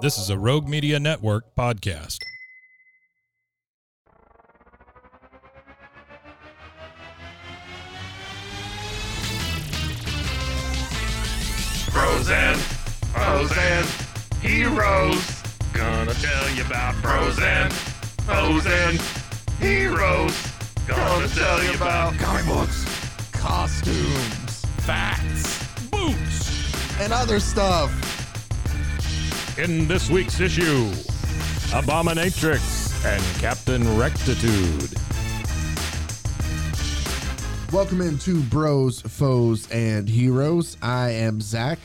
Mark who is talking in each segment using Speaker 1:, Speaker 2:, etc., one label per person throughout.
Speaker 1: This is a Rogue Media Network podcast.
Speaker 2: Frozen, frozen, heroes. Gonna tell you about frozen, frozen, heroes. Gonna tell you about
Speaker 3: comic books, costumes,
Speaker 2: facts
Speaker 1: Boots!
Speaker 3: and other stuff.
Speaker 1: In this week's issue, Abominatrix and Captain Rectitude.
Speaker 3: Welcome into Bros, Foes, and Heroes. I am Zach,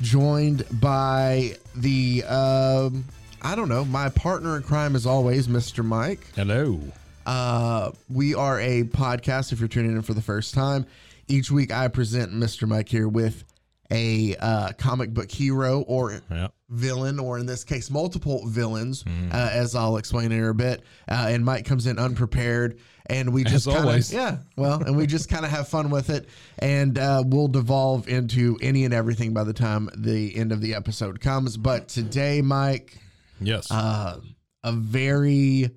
Speaker 3: joined by the, um, I don't know, my partner in crime as always, Mr. Mike.
Speaker 1: Hello.
Speaker 3: Uh, we are a podcast. If you're tuning in for the first time, each week I present Mr. Mike here with a uh, comic book hero or
Speaker 1: Yep.
Speaker 3: villain, or in this case, multiple villains, uh, as I'll explain in a bit. Uh, and Mike comes in unprepared, and we just kind of
Speaker 1: always.
Speaker 3: yeah, well, and we just kind of have fun with it, and uh, we'll devolve into any and everything by the time the end of the episode comes. But today, Mike
Speaker 1: Yes.
Speaker 3: uh, a very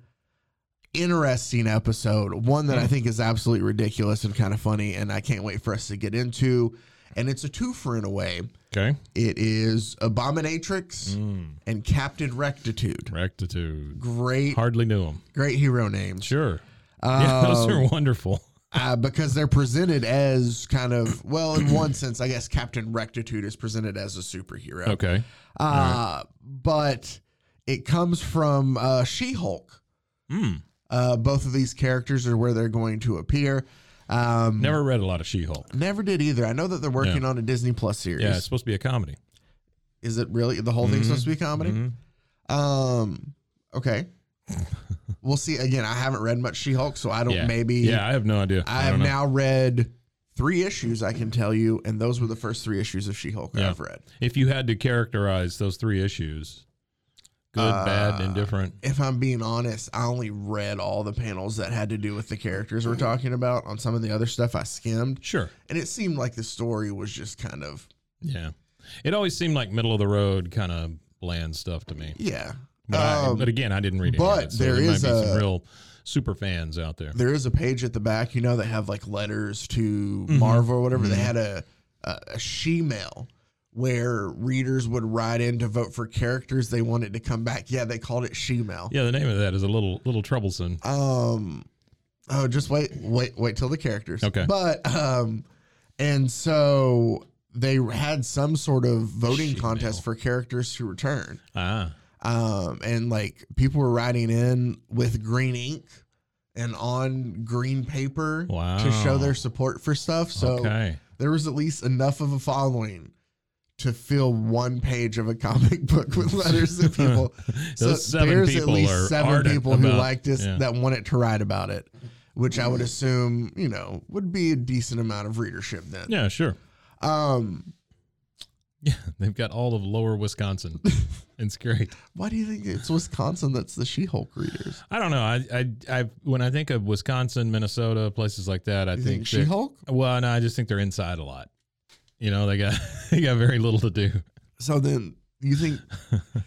Speaker 3: interesting episode. One that I think is absolutely ridiculous and kind of funny, and I can't wait for us to get into. And it's a twofer in a way.
Speaker 1: okay.
Speaker 3: It is Abominatrix
Speaker 1: Mm.
Speaker 3: and Captain Rectitude.
Speaker 1: Rectitude.
Speaker 3: Great,
Speaker 1: Hardly knew him.
Speaker 3: great hero names Um,
Speaker 1: Sure.
Speaker 3: Oh.
Speaker 1: yeah, those are wonderful.
Speaker 3: uh, because they're presented as kind of well, in one sense, I guess Captain Rectitude is presented as a superhero.
Speaker 1: Okay.
Speaker 3: Uh, but it comes from uh, She-Hulk.
Speaker 1: Mm.
Speaker 3: Uh, both of these characters are where they're going to appear. Um, never,
Speaker 1: Never read a lot of She Hulk.
Speaker 3: did either. I know that they're working on a Disney Plus series.
Speaker 1: Yeah, it's supposed to be a comedy.
Speaker 3: Is it really the whole thing's supposed to be
Speaker 1: Mm-hmm.
Speaker 3: comedy? Um, okay. we'll see. Again, I haven't read much She-Hulk, so I don't.
Speaker 1: Yeah.
Speaker 3: Maybe
Speaker 1: Yeah, I have no idea.
Speaker 3: I have
Speaker 1: don't know.
Speaker 3: now read three issues. I can tell you, and those were the first three issues of She-Hulk
Speaker 1: Yeah.
Speaker 3: I've read.
Speaker 1: If you had to characterize those three issues, good, bad,
Speaker 3: Uh,
Speaker 1: indifferent.
Speaker 3: If I'm being honest, I only read all the panels that had to do with the characters
Speaker 1: Mm-hmm.
Speaker 3: we're talking about. On some of the other stuff, I skimmed.
Speaker 1: Sure.
Speaker 3: and it seemed like the story was just kind of
Speaker 1: Yeah. It always seemed like middle of the road kind of bland stuff to me.
Speaker 3: yeah.
Speaker 1: But, I,
Speaker 3: Um,
Speaker 1: but again, I didn't read it.
Speaker 3: but
Speaker 1: of it, so
Speaker 3: there
Speaker 1: there might
Speaker 3: is
Speaker 1: be
Speaker 3: a-
Speaker 1: some real super fans out there.
Speaker 3: there is a page at the back, you know, that have like letters to
Speaker 1: Mm-hmm.
Speaker 3: Marvel or whatever. They had a a, a she mail where readers would write in to vote for characters they wanted to come back. Yeah, they called it she mail.
Speaker 1: Yeah, the name of that is a little little troublesome.
Speaker 3: Um, oh, just wait, wait, wait till the characters.
Speaker 1: Okay.
Speaker 3: But um, and so they had some sort of voting
Speaker 1: She-Mail.
Speaker 3: contest for characters to return.
Speaker 1: Ah,
Speaker 3: um, and like people were writing in with green ink and on green paper
Speaker 1: Wow.
Speaker 3: to show their support for stuff. So
Speaker 1: okay.
Speaker 3: there was at least enough of a following to fill one page of a comic book with letters and people.
Speaker 1: Those seven people are
Speaker 3: seven
Speaker 1: ardent
Speaker 3: people who
Speaker 1: about-
Speaker 3: liked this
Speaker 1: yeah.
Speaker 3: that wanted to write about it, which I would assume you know would be a decent amount of readership then.
Speaker 1: Yeah, sure.
Speaker 3: Um,
Speaker 1: Yeah, they've got all of lower Wisconsin. it's great.
Speaker 3: why do you think it's Wisconsin that's the She-Hulk readers?
Speaker 1: I don't know. I, I, I, when I think of Wisconsin, Minnesota, places like that, I
Speaker 3: You
Speaker 1: think,
Speaker 3: think
Speaker 1: they're-
Speaker 3: She-Hulk?
Speaker 1: Well, no, I just think they're inside a lot. You know, they got they got very little to do.
Speaker 3: So then you think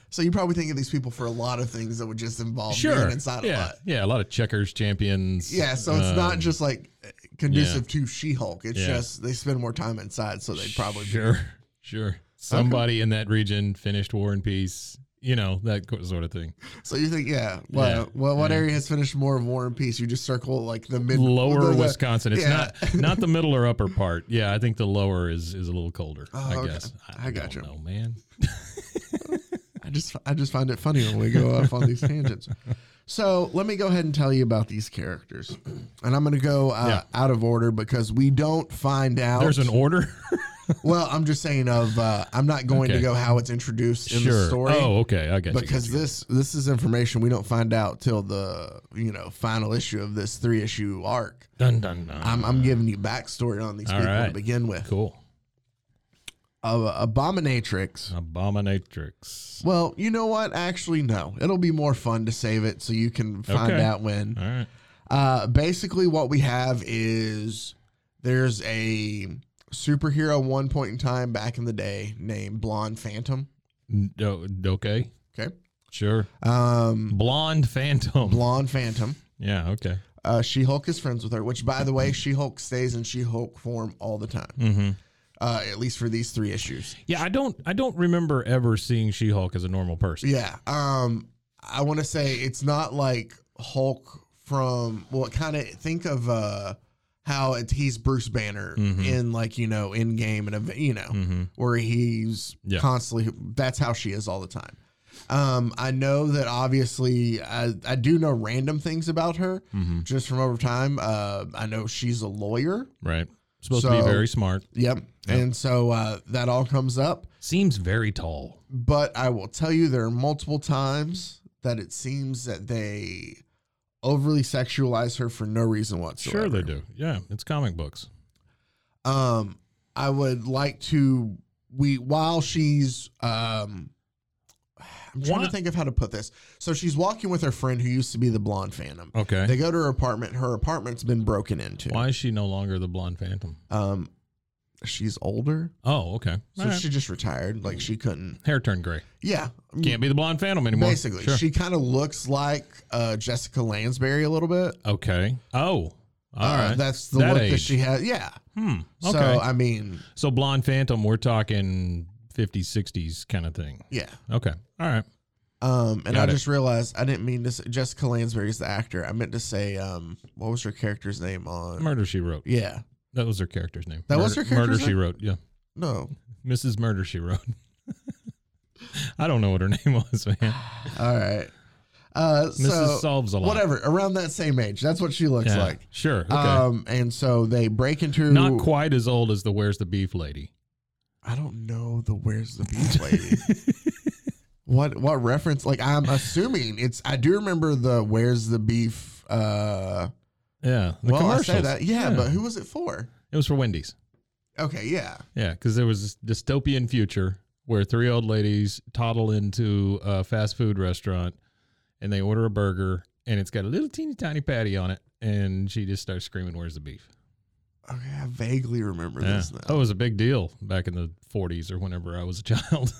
Speaker 3: so you probably think of these people for a lot of things that would just involve being inside
Speaker 1: yeah.
Speaker 3: a lot.
Speaker 1: Yeah, a lot of checkers, champions.
Speaker 3: Yeah, so it's
Speaker 1: um,
Speaker 3: not just like conducive to She-Hulk. It's
Speaker 1: Yeah.
Speaker 3: just they spend more time inside, so they'd probably be-
Speaker 1: sure, sure. Somebody in that region finished War and Peace. You know that co- sort of thing.
Speaker 3: So you think, yeah, well,
Speaker 1: Yeah,
Speaker 3: well what area has finished more of War and Peace? You just circle like the mid
Speaker 1: Lower
Speaker 3: the- the-
Speaker 1: Wisconsin. It's
Speaker 3: yeah.
Speaker 1: not not the middle or upper part. Yeah, I think the lower is is a little colder.
Speaker 3: Oh,
Speaker 1: I
Speaker 3: okay.
Speaker 1: guess.
Speaker 3: I got
Speaker 1: don't
Speaker 3: you.
Speaker 1: know, man.
Speaker 3: I just I just find it funny when we go off on these tangents. So let me go ahead and tell you about these characters, and I'm going to go uh,
Speaker 1: Yeah.
Speaker 3: out of order because we don't find out.
Speaker 1: There's an order.
Speaker 3: well, I'm just saying of uh, I'm not going to
Speaker 1: Okay.
Speaker 3: go how it's introduced in the story.
Speaker 1: Oh, okay. I got you.
Speaker 3: because this this is information we don't find out till the you know final issue of this three issue arc.
Speaker 1: dun dun dun.
Speaker 3: I'm, I'm giving you backstory on these
Speaker 1: Uh, All
Speaker 3: people to
Speaker 1: right.
Speaker 3: begin with.
Speaker 1: cool.
Speaker 3: Uh, Abominatrix.
Speaker 1: Uh, Abominatrix.
Speaker 3: Well, you know what? Actually, no. It'll be more fun to save it so you can find
Speaker 1: Okay.
Speaker 3: out when.
Speaker 1: All right.
Speaker 3: Uh, basically, what we have is there's a superhero at one point in time back in the day named Blonde Phantom.
Speaker 1: N- o- okay.
Speaker 3: Okay.
Speaker 1: Sure.
Speaker 3: Um,
Speaker 1: Blonde Phantom.
Speaker 3: Blonde Phantom.
Speaker 1: Yeah. Okay.
Speaker 3: Uh, she Hulk is friends with her, which, by the way, She Hulk stays in She Hulk form all the time,
Speaker 1: Mm-hmm.
Speaker 3: uh, at least for these three issues.
Speaker 1: Yeah. I don't. I don't remember ever seeing She-Hulk as a normal person.
Speaker 3: Yeah. Um, I want to say it's not like Hulk from well, kind of think of uh how it, he's Bruce Banner
Speaker 1: Mhm.
Speaker 3: in like you know in game and ev- you know
Speaker 1: Mm-hmm.
Speaker 3: where he's
Speaker 1: Yeah.
Speaker 3: constantly. That's how she is all the time. Um, I know that obviously I, I do know random things about her
Speaker 1: Mm-hmm.
Speaker 3: just from over time. Uh, I know she's a lawyer.
Speaker 1: Right. Supposed to be
Speaker 3: So-
Speaker 1: very smart.
Speaker 3: Yep. And so uh, that all comes up.
Speaker 1: Seems very tall.
Speaker 3: But I will tell you, there are multiple times that it seems that they overly sexualize her for no reason whatsoever.
Speaker 1: Sure they do. Yeah. It's comic books.
Speaker 3: Um, I would like to we while she's um, I'm trying
Speaker 1: Why-
Speaker 3: to think of how to put this. So she's walking with her friend who used to be the blonde phantom.
Speaker 1: Okay.
Speaker 3: They go to her apartment. Her apartment's been broken into.
Speaker 1: Why is she no longer the Blonde Phantom?
Speaker 3: Um, she's older,
Speaker 1: Oh, okay.
Speaker 3: so
Speaker 1: All right.
Speaker 3: she just retired. Like she couldn't.
Speaker 1: Hair turned gray.
Speaker 3: Yeah,
Speaker 1: Can't be the Blonde Phantom anymore.
Speaker 3: Basically,
Speaker 1: Sure.
Speaker 3: she kind of looks like uh, Jessica Lansbury a little bit.
Speaker 1: Okay. Oh. all
Speaker 3: Uh,
Speaker 1: right.
Speaker 3: That's the
Speaker 1: That
Speaker 3: look that
Speaker 1: age.
Speaker 3: she has. Yeah.
Speaker 1: Hmm. Okay.
Speaker 3: So, I mean,
Speaker 1: So Blonde Phantom, we're talking 50s, 60s kind of thing.
Speaker 3: yeah.
Speaker 1: Okay. All right.
Speaker 3: Um, and
Speaker 1: Got it.
Speaker 3: I just realized I didn't mean to say Jessica Lansbury is the actor. I meant to say, um, what was her character's name on?
Speaker 1: Murder She Wrote.
Speaker 3: Yeah.
Speaker 1: That was her character's name.
Speaker 3: That was
Speaker 1: Murder-
Speaker 3: her character's
Speaker 1: Murder She
Speaker 3: name?
Speaker 1: Wrote. Yeah.
Speaker 3: No.
Speaker 1: Mrs. Murder She Wrote. I don't know what her name was, man.
Speaker 3: All right. Uh,
Speaker 1: Mrs.
Speaker 3: so,
Speaker 1: Solves a lot.
Speaker 3: whatever. Around that same age. That's what she looks
Speaker 1: Yeah.
Speaker 3: like.
Speaker 1: Sure. Okay.
Speaker 3: Um, and so they break into.
Speaker 1: Not quite as old as the Where's the Beef Lady.
Speaker 3: I don't know the where's the beef lady. what what reference? Like I'm assuming it's. I do remember the where's the beef. Uh,
Speaker 1: Yeah. The
Speaker 3: well, I
Speaker 1: commercials.
Speaker 3: say that. Yeah, but who was it for?
Speaker 1: It was for Wendy's.
Speaker 3: Okay, yeah,
Speaker 1: Yeah, because there was this dystopian future where three old ladies toddle into a fast food restaurant and they order a burger and it's got a little teeny tiny patty on it and she just starts screaming, "Where's the beef?"
Speaker 3: okay, I vaguely remember
Speaker 1: Yeah.
Speaker 3: this now.
Speaker 1: That was a big deal back in the 40s or whenever I was a child.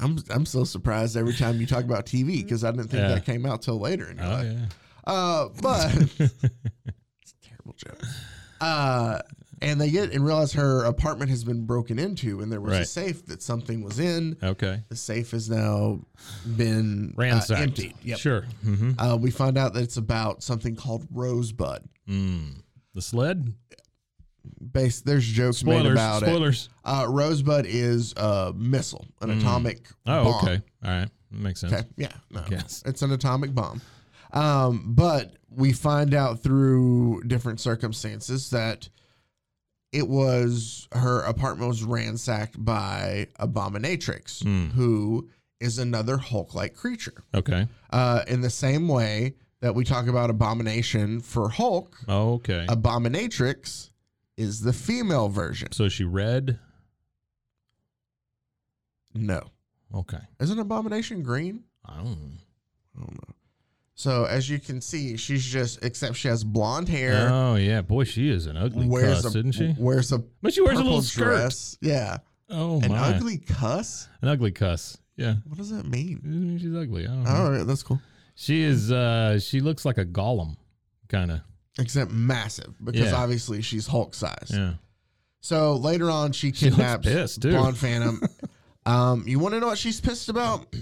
Speaker 3: I'm I'm so surprised every time you talk about TV because I didn't think
Speaker 1: Yeah.
Speaker 3: that came out till later in your
Speaker 1: oh
Speaker 3: life.
Speaker 1: yeah,
Speaker 3: Uh, but terrible joke. Uh, and they get and realize her apartment has been broken into, and there was a
Speaker 1: Right.
Speaker 3: safe that something was in.
Speaker 1: okay,
Speaker 3: The safe has now been
Speaker 1: ransacked.
Speaker 3: Uh, emptied. Yep.
Speaker 1: Sure. Mm-hmm.
Speaker 3: Uh, we find out that it's about something called Rosebud.
Speaker 1: Mm. The sled.
Speaker 3: Base there's jokes made
Speaker 1: Spoilers.
Speaker 3: about it.
Speaker 1: Spoilers.
Speaker 3: Uh, Rosebud is a missile, an atomic.
Speaker 1: Oh,
Speaker 3: bomb.
Speaker 1: okay. All right, makes sense.
Speaker 3: Okay. Yeah. No.
Speaker 1: Yes.
Speaker 3: It's an atomic bomb. Um, but we find out through different circumstances that it was her apartment was ransacked by Abominatrix,
Speaker 1: Hmm.
Speaker 3: who is another Hulk like creature.
Speaker 1: Okay.
Speaker 3: Uh, in the same way that we talk about Abomination for Hulk,
Speaker 1: Okay.
Speaker 3: Abominatrix is the female version.
Speaker 1: so she read.
Speaker 3: No.
Speaker 1: Okay. Oh.
Speaker 3: Isn't Abomination green?
Speaker 1: I don't know.
Speaker 3: I don't know. So as you can see, she's just except she has blonde hair.
Speaker 1: Oh yeah, boy, she is an ugly
Speaker 3: wears
Speaker 1: cuss,
Speaker 3: a
Speaker 1: isn't she?
Speaker 3: wears a
Speaker 1: But she wears a
Speaker 3: purple
Speaker 1: little skirt.
Speaker 3: dress. Yeah,
Speaker 1: Oh
Speaker 3: an
Speaker 1: my,
Speaker 3: ugly cuss.
Speaker 1: an ugly cuss. Yeah,
Speaker 3: What does that mean?
Speaker 1: Mm, she's ugly. I don't know.
Speaker 3: All right, that's cool.
Speaker 1: She is. uh She looks like a golem, kind of.
Speaker 3: Except massive because
Speaker 1: Yeah.
Speaker 3: obviously she's Hulk size.
Speaker 1: Yeah.
Speaker 3: So later on, she
Speaker 1: looks
Speaker 3: kidnaps
Speaker 1: pissed, too.
Speaker 3: Blonde Phantom. um, you want to know what she's pissed about?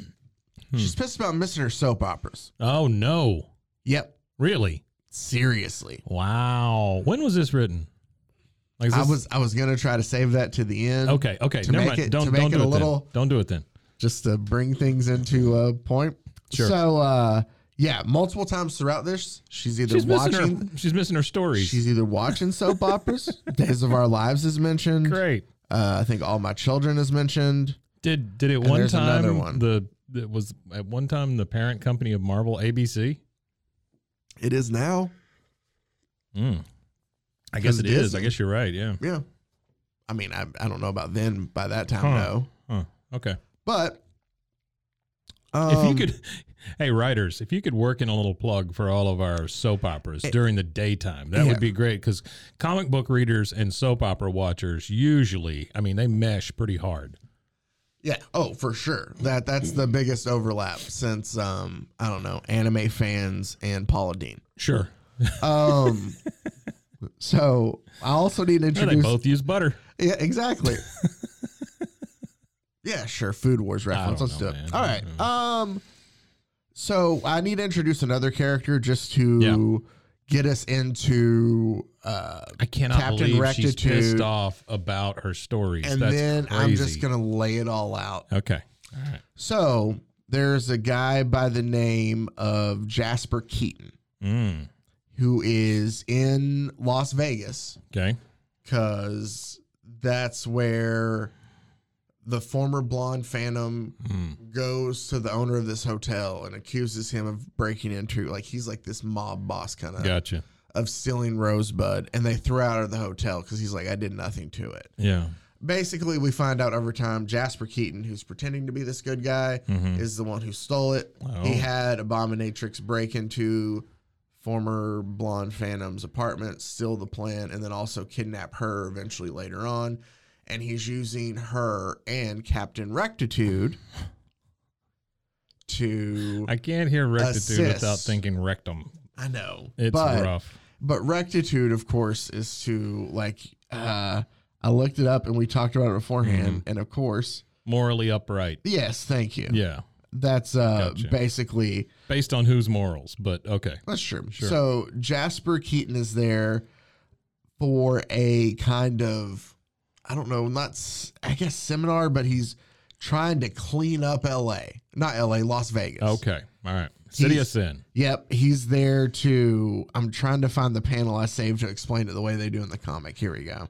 Speaker 1: Hmm.
Speaker 3: She's pissed about missing her soap operas.
Speaker 1: Oh no,
Speaker 3: Yep,
Speaker 1: really?
Speaker 3: seriously.
Speaker 1: Wow. When was this written? Like is
Speaker 3: I
Speaker 1: this-
Speaker 3: was I was gonna try to save that to the end.
Speaker 1: Okay. Okay.
Speaker 3: to
Speaker 1: Never
Speaker 3: make
Speaker 1: mind.
Speaker 3: it-
Speaker 1: don't
Speaker 3: to
Speaker 1: don't
Speaker 3: make
Speaker 1: do
Speaker 3: it a
Speaker 1: it
Speaker 3: little-
Speaker 1: then. Don't do it then.
Speaker 3: just to bring things into a point.
Speaker 1: Sure.
Speaker 3: So uh yeah, multiple times throughout this, she's either
Speaker 1: She's missing
Speaker 3: watching
Speaker 1: her. She's missing her stories.
Speaker 3: she's either watching soap operas, Days of Our Lives is mentioned.
Speaker 1: great.
Speaker 3: Uh, I think All My Children is mentioned.
Speaker 1: Did did it
Speaker 3: And
Speaker 1: one
Speaker 3: there's another
Speaker 1: time
Speaker 3: one.
Speaker 1: the it was at one time the parent company of Marvel ABC?
Speaker 3: It is now.
Speaker 1: Mm. I guess
Speaker 3: 'Cause
Speaker 1: it is.
Speaker 3: Disney.
Speaker 1: I guess you're right. Yeah.
Speaker 3: Yeah. I mean, I, I don't know about then by that time,
Speaker 1: Huh.
Speaker 3: no.
Speaker 1: Huh. Okay.
Speaker 3: But
Speaker 1: if you
Speaker 3: um,
Speaker 1: could, hey writers, if you could work in a little plug for all of our soap operas during the daytime, that
Speaker 3: Eh, Yeah.
Speaker 1: would be great. Because comic book readers and soap opera watchers usually, I mean, they mesh pretty hard.
Speaker 3: Yeah. Oh, for sure. That that's the biggest overlap since um I don't know anime fans and Paula Dean.
Speaker 1: Sure.
Speaker 3: Um. so I also need to
Speaker 1: Yeah, they
Speaker 3: introduce.
Speaker 1: both use butter.
Speaker 3: Yeah. Exactly. yeah. Sure. Food Wars reference.
Speaker 1: don't
Speaker 3: Let's
Speaker 1: know,
Speaker 3: do
Speaker 1: man. Mm-hmm.
Speaker 3: it. All right. Um. So I need to introduce another character just to get us into uh
Speaker 1: I cannot
Speaker 3: Captain
Speaker 1: believe she's
Speaker 3: Rectitude.
Speaker 1: pissed off about her stories.
Speaker 3: and
Speaker 1: That's
Speaker 3: then I'm
Speaker 1: crazy.
Speaker 3: just gonna lay it all out.
Speaker 1: Okay. All right.
Speaker 3: So there's a guy by the name of Jasper Keaton
Speaker 1: Mm.
Speaker 3: who is in Las Vegas
Speaker 1: Okay.
Speaker 3: because that's where the former blonde phantom
Speaker 1: Mm.
Speaker 3: goes to the owner of this hotel and accuses him of breaking into like he's like this mob boss kind of
Speaker 1: Gotcha.
Speaker 3: of stealing Rosebud and they throw out of the hotel because he's like I did nothing to it.
Speaker 1: Yeah.
Speaker 3: Basically, we find out over time Jasper Keaton, who's pretending to be this good guy,
Speaker 1: Mhm.
Speaker 3: is the one who stole it.
Speaker 1: Oh.
Speaker 3: He had Abominatrix break into former blonde Phantom's apartment, steal the plant, and then also kidnap her eventually later on. And he's using her and Captain Rectitude to. I,
Speaker 1: I can't hear rectitude without
Speaker 3: Assist.
Speaker 1: thinking rectum.
Speaker 3: know.
Speaker 1: It's
Speaker 3: but,
Speaker 1: rough.
Speaker 3: But Rectitude, of course, is to like. Uh, I looked it up and we talked about it beforehand.
Speaker 1: Mm-hmm.
Speaker 3: And of course,
Speaker 1: Morally upright.
Speaker 3: yes, thank you.
Speaker 1: Yeah.
Speaker 3: That's uh,
Speaker 1: Gotcha.
Speaker 3: basically.
Speaker 1: Based on whose morals, but okay.
Speaker 3: That's true.
Speaker 1: Sure.
Speaker 3: So Jasper Keaton is there for a kind of, I don't know, not s- I guess seminar, but he's trying to clean up L.A. Not L.A. Las Vegas.
Speaker 1: Okay. All right. City of
Speaker 3: He's-
Speaker 1: Sin.
Speaker 3: Yep, he's there to. I'm trying to find the panel I saved to explain it the way they do in the comic. Here we go.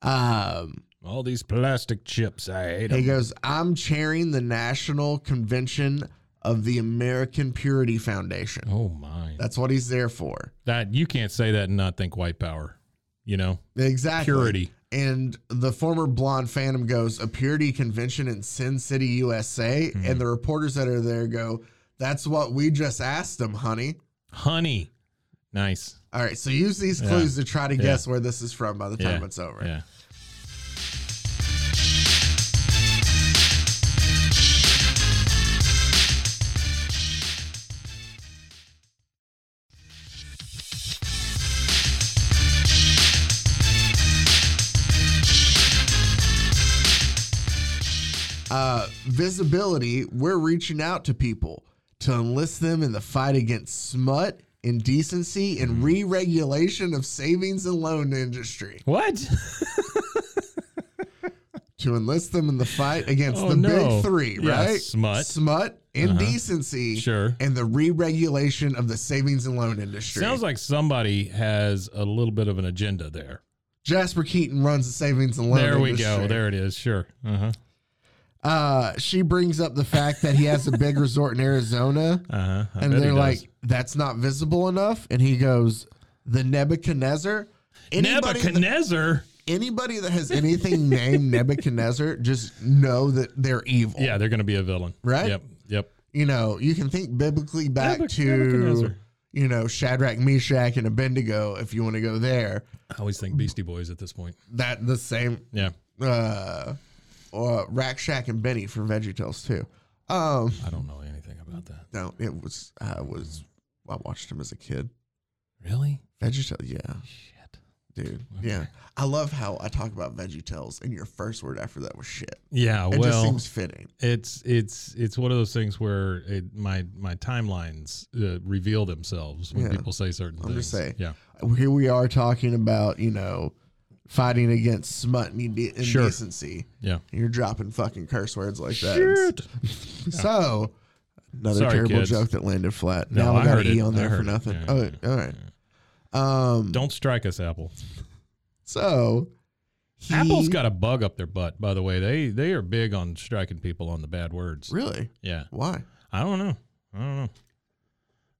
Speaker 3: Um,
Speaker 1: All these plastic chips. I hate
Speaker 3: he
Speaker 1: them.
Speaker 3: goes, "I'm chairing the national convention of the American Purity Foundation."
Speaker 1: Oh my.
Speaker 3: That's what he's there for.
Speaker 1: That you can't say that and not think white power. You know?
Speaker 3: Exactly.
Speaker 1: Purity.
Speaker 3: And the former blonde phantom goes, a purity convention in Sin City, USA.
Speaker 1: Mm-hmm.
Speaker 3: And the reporters that are there go, that's what we just asked them, honey.
Speaker 1: Honey. Nice.
Speaker 3: All right. So use these
Speaker 1: Yeah.
Speaker 3: clues to try to
Speaker 1: Yeah.
Speaker 3: guess where this is from by the time
Speaker 1: Yeah.
Speaker 3: it's over.
Speaker 1: Yeah.
Speaker 3: Uh, visibility, we're reaching out to people to enlist them in the fight against smut, indecency,
Speaker 1: Mm-hmm.
Speaker 3: and re regulation of savings and loan industry.
Speaker 1: What?
Speaker 3: to enlist them in the fight against
Speaker 1: Oh,
Speaker 3: the
Speaker 1: no.
Speaker 3: big three,
Speaker 1: Yeah,
Speaker 3: right?
Speaker 1: smut. Uh-huh.
Speaker 3: smut, indecency,
Speaker 1: Sure.
Speaker 3: and the re-regulation of the savings and loan industry.
Speaker 1: Sounds like somebody has a little bit of an agenda there.
Speaker 3: Jasper Keaton runs the savings and loan.
Speaker 1: there we
Speaker 3: industry.
Speaker 1: go. There it is. Sure. Uh huh.
Speaker 3: Uh, she brings up the fact that he has a big resort in Arizona,
Speaker 1: Uh huh.
Speaker 3: and they're like, "That's not visible enough." And he goes, "The Nebuchadnezzar." Anybody that-
Speaker 1: Nebuchadnezzar.
Speaker 3: anybody that has anything named Nebuchadnezzar, just know that they're evil.
Speaker 1: yeah, they're going to be a villain.
Speaker 3: Right?
Speaker 1: Yep. Yep.
Speaker 3: you know, you can think biblically back
Speaker 1: Nebuch-
Speaker 3: to,
Speaker 1: Nebuchadnezzar.
Speaker 3: you know, Shadrach, Meshach, and Abednego if you want to go there.
Speaker 1: I always think Beastie Boys at this point.
Speaker 3: That the same,
Speaker 1: Yeah.
Speaker 3: uh, or Rack Shack and Benny from VeggieTales too. Um,
Speaker 1: I don't know anything about that.
Speaker 3: no, it was I was I watched him as a kid.
Speaker 1: Really?
Speaker 3: VeggieTales, yeah,
Speaker 1: Shit.
Speaker 3: dude, yeah. I love how I talk about VeggieTales, and your first word after that was shit.
Speaker 1: Yeah.
Speaker 3: It
Speaker 1: Oh, well,
Speaker 3: just seems fitting.
Speaker 1: it's it's it's one of those things where it, my my timelines uh, reveal themselves when
Speaker 3: Yeah.
Speaker 1: people say certain
Speaker 3: I'm
Speaker 1: things.
Speaker 3: just saying.
Speaker 1: Yeah.
Speaker 3: Here we are talking about you know fighting against smut and inde-
Speaker 1: Sure.
Speaker 3: indecency.
Speaker 1: Yeah.
Speaker 3: You're dropping fucking curse words like that.
Speaker 1: Shit.
Speaker 3: So, another
Speaker 1: Sorry,
Speaker 3: terrible
Speaker 1: kids.
Speaker 3: joke that landed flat.
Speaker 1: No,
Speaker 3: now
Speaker 1: I
Speaker 3: I got
Speaker 1: heard
Speaker 3: an E
Speaker 1: it.
Speaker 3: on
Speaker 1: I
Speaker 3: there for
Speaker 1: heard it.
Speaker 3: nothing.
Speaker 1: Yeah,
Speaker 3: oh, all right. Um,
Speaker 1: Don't strike us, Apple.
Speaker 3: so, He,
Speaker 1: Apple's got a bug up their butt, by the way. They they are big on striking people on the bad words.
Speaker 3: really
Speaker 1: Yeah.
Speaker 3: why?
Speaker 1: I don't know. I don't know.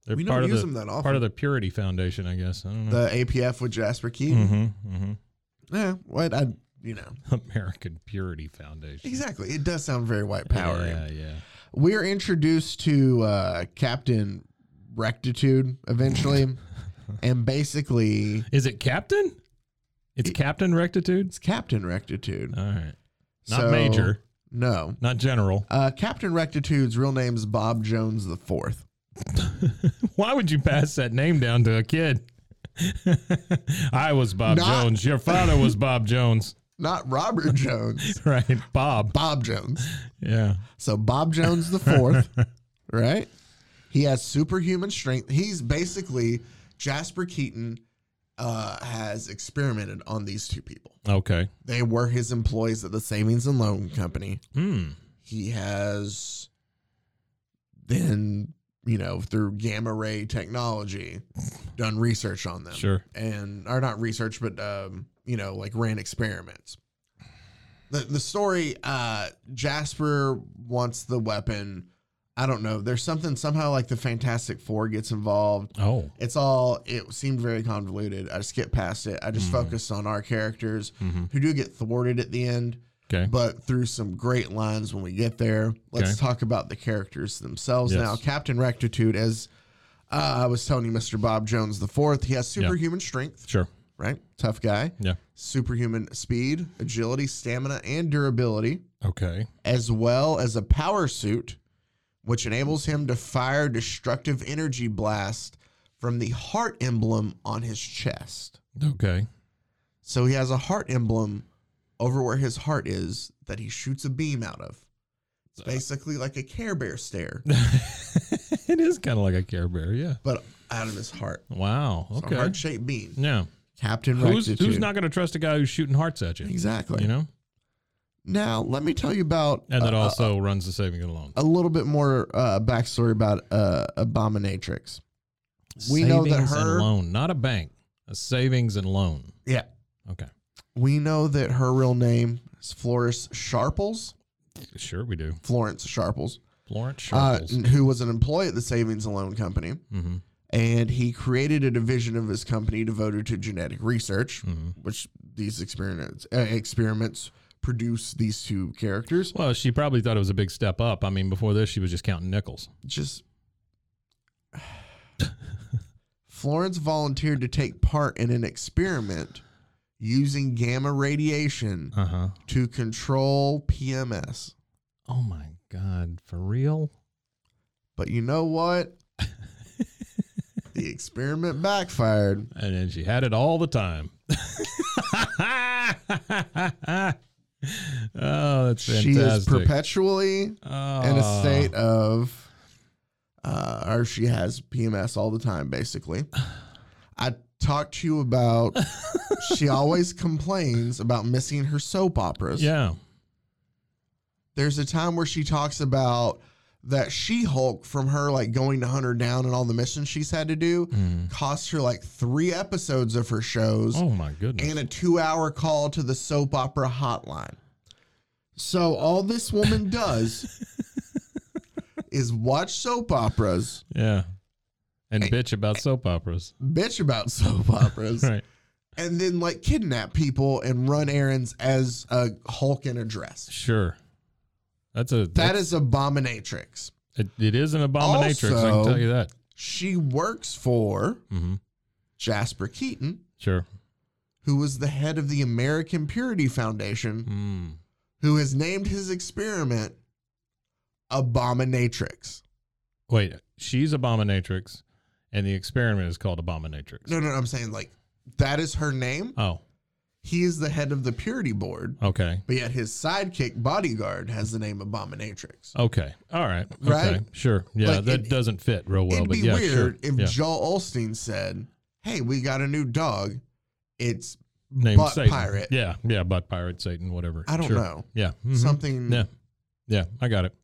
Speaker 1: They're
Speaker 3: we
Speaker 1: part
Speaker 3: don't use
Speaker 1: of
Speaker 3: them
Speaker 1: the
Speaker 3: that often.
Speaker 1: part of the Purity Foundation, I guess. I don't know.
Speaker 3: the APF with Jasper Keaton.
Speaker 1: mm-hmm, mm-hmm.
Speaker 3: Yeah, what I you know
Speaker 1: American Purity Foundation.
Speaker 3: exactly. It does sound very white power.
Speaker 1: Yeah, yeah.
Speaker 3: We are introduced to uh, Captain Rectitude eventually, and basically
Speaker 1: Is it Captain? It's Captain Rectitude.
Speaker 3: it's Captain Rectitude.
Speaker 1: All right. Not
Speaker 3: So-
Speaker 1: Major.
Speaker 3: No,
Speaker 1: Not General.
Speaker 3: uh, Captain Rectitude's real name's Bob Jones the Fourth.
Speaker 1: Why would you pass that name down to a kid? I was Bob
Speaker 3: Not-
Speaker 1: Jones. Your father was Bob Jones.
Speaker 3: not Robert Jones,
Speaker 1: Right. Bob.
Speaker 3: Bob Jones.
Speaker 1: Yeah.
Speaker 3: So Bob Jones the fourth, right? He has superhuman strength. He's basically Jasper Keaton uh, has experimented on these two people.
Speaker 1: Okay.
Speaker 3: They were his employees at the Savings and Loan Company.
Speaker 1: Hmm.
Speaker 3: He has then, you know, through gamma ray technology, done research on them
Speaker 1: Sure.
Speaker 3: and or not research, but um, you know, like ran experiments. The the story, uh, Jasper wants the weapon. I don't know. There's something somehow like the Fantastic Four gets involved.
Speaker 1: Oh.
Speaker 3: It's all it seemed very convoluted. I skipped past it. I just
Speaker 1: Mhm.
Speaker 3: focused on our characters
Speaker 1: hmm
Speaker 3: who do get thwarted at the end,
Speaker 1: Okay.
Speaker 3: but through some great lines when we get there. Let's
Speaker 1: Okay.
Speaker 3: talk about the characters themselves
Speaker 1: Yes.
Speaker 3: now. Captain Rectitude, as uh, I was telling you, Mr. Bob Jones the fourth, he has
Speaker 1: Yeah.
Speaker 3: superhuman strength
Speaker 1: Sure.
Speaker 3: right? Tough guy.
Speaker 1: Yeah.
Speaker 3: Superhuman speed, agility, stamina, and durability,
Speaker 1: Okay.
Speaker 3: as well as a power suit, which enables him to fire destructive energy blast from the heart emblem on his chest.
Speaker 1: Okay.
Speaker 3: So he has a heart emblem over where his heart is that he shoots a beam out of. It's basically like a Care Bear stare,
Speaker 1: it is kind of like a Care Bear. Yeah.
Speaker 3: but out of his heart.
Speaker 1: Wow.
Speaker 3: It's
Speaker 1: Okay.
Speaker 3: a heart shaped beam.
Speaker 1: yeah.
Speaker 3: Captain
Speaker 1: Who's
Speaker 3: Rectitude.
Speaker 1: who's not going to trust a guy who's shooting hearts at you?
Speaker 3: Exactly.
Speaker 1: You know.
Speaker 3: Now, let me tell you about
Speaker 1: And that
Speaker 3: uh, uh,
Speaker 1: also runs the saving and loan.
Speaker 3: a little bit more uh, backstory about uh, Abominatrix. we know that
Speaker 1: savings
Speaker 3: her-
Speaker 1: and loan, not a bank, a savings and loan.
Speaker 3: Yeah.
Speaker 1: Okay.
Speaker 3: We know that her real name is Florence Sharples.
Speaker 1: Sure, we do.
Speaker 3: Florence Sharples,
Speaker 1: Florence
Speaker 3: uh,
Speaker 1: Sharples.
Speaker 3: n- who was an employee at the Savings and Loan Company.
Speaker 1: mm-hmm.
Speaker 3: And he created a division of his company devoted to genetic research,
Speaker 1: mm-hmm.
Speaker 3: which these experiments, uh, experiments produce these two characters.
Speaker 1: Well, she probably thought it was a big step up. I mean, before this, she was just counting nickels.
Speaker 3: Just. Florence volunteered to take part in an experiment using gamma radiation
Speaker 1: Uh huh.
Speaker 3: to control PMS.
Speaker 1: Oh my God, for real?
Speaker 3: But you know what? the experiment backfired.
Speaker 1: And then she had it all the time. oh, that's fantastic.
Speaker 3: She is perpetually in a
Speaker 1: Oh.
Speaker 3: state of, uh, or she has PMS all the time, basically. I talked to you about, she always complains about missing her soap operas.
Speaker 1: Yeah.
Speaker 3: There's a time where she talks about that She Hulk from her like going to hunt her down and all the missions she's had to do
Speaker 1: Mm.
Speaker 3: cost her like three episodes of her shows.
Speaker 1: Oh my goodness.
Speaker 3: and a two hour call to the soap opera hotline. So all this woman does is watch soap operas,
Speaker 1: yeah. And bitch about soap operas.
Speaker 3: bitch about soap operas,
Speaker 1: Right.
Speaker 3: and then like kidnap people and run errands as a Hulk in a dress.
Speaker 1: Sure. That's a
Speaker 3: That is abominatrix.
Speaker 1: It, it is an abominatrix. I can
Speaker 3: Also-
Speaker 1: tell you that.
Speaker 3: She works for
Speaker 1: hmm
Speaker 3: Jasper Keaton,
Speaker 1: Sure.
Speaker 3: who was the head of the American Purity Foundation,
Speaker 1: Mm.
Speaker 3: who has named his experiment Abominatrix.
Speaker 1: Wait, she's abominatrix, and the experiment is called abominatrix.
Speaker 3: No, no, no, I'm saying like that is her name.
Speaker 1: Oh,
Speaker 3: He is the head of the purity board,
Speaker 1: okay,
Speaker 3: but yet his sidekick bodyguard has the name Abominatrix.
Speaker 1: okay, all right, okay,
Speaker 3: Right?
Speaker 1: sure, yeah,
Speaker 3: Like,
Speaker 1: that
Speaker 3: it-
Speaker 1: doesn't fit real well.
Speaker 3: It'd
Speaker 1: but
Speaker 3: be
Speaker 1: yeah,
Speaker 3: weird
Speaker 1: sure.
Speaker 3: if
Speaker 1: yeah.
Speaker 3: Joel Olstein said, "Hey, we got a new dog. It's
Speaker 1: Named
Speaker 3: butt
Speaker 1: Satan.
Speaker 3: pirate."
Speaker 1: Yeah, yeah, butt pirate, Satan, whatever.
Speaker 3: I don't
Speaker 1: Sure.
Speaker 3: know
Speaker 1: Yeah, mhm.
Speaker 3: something.
Speaker 1: Yeah, yeah, I got it.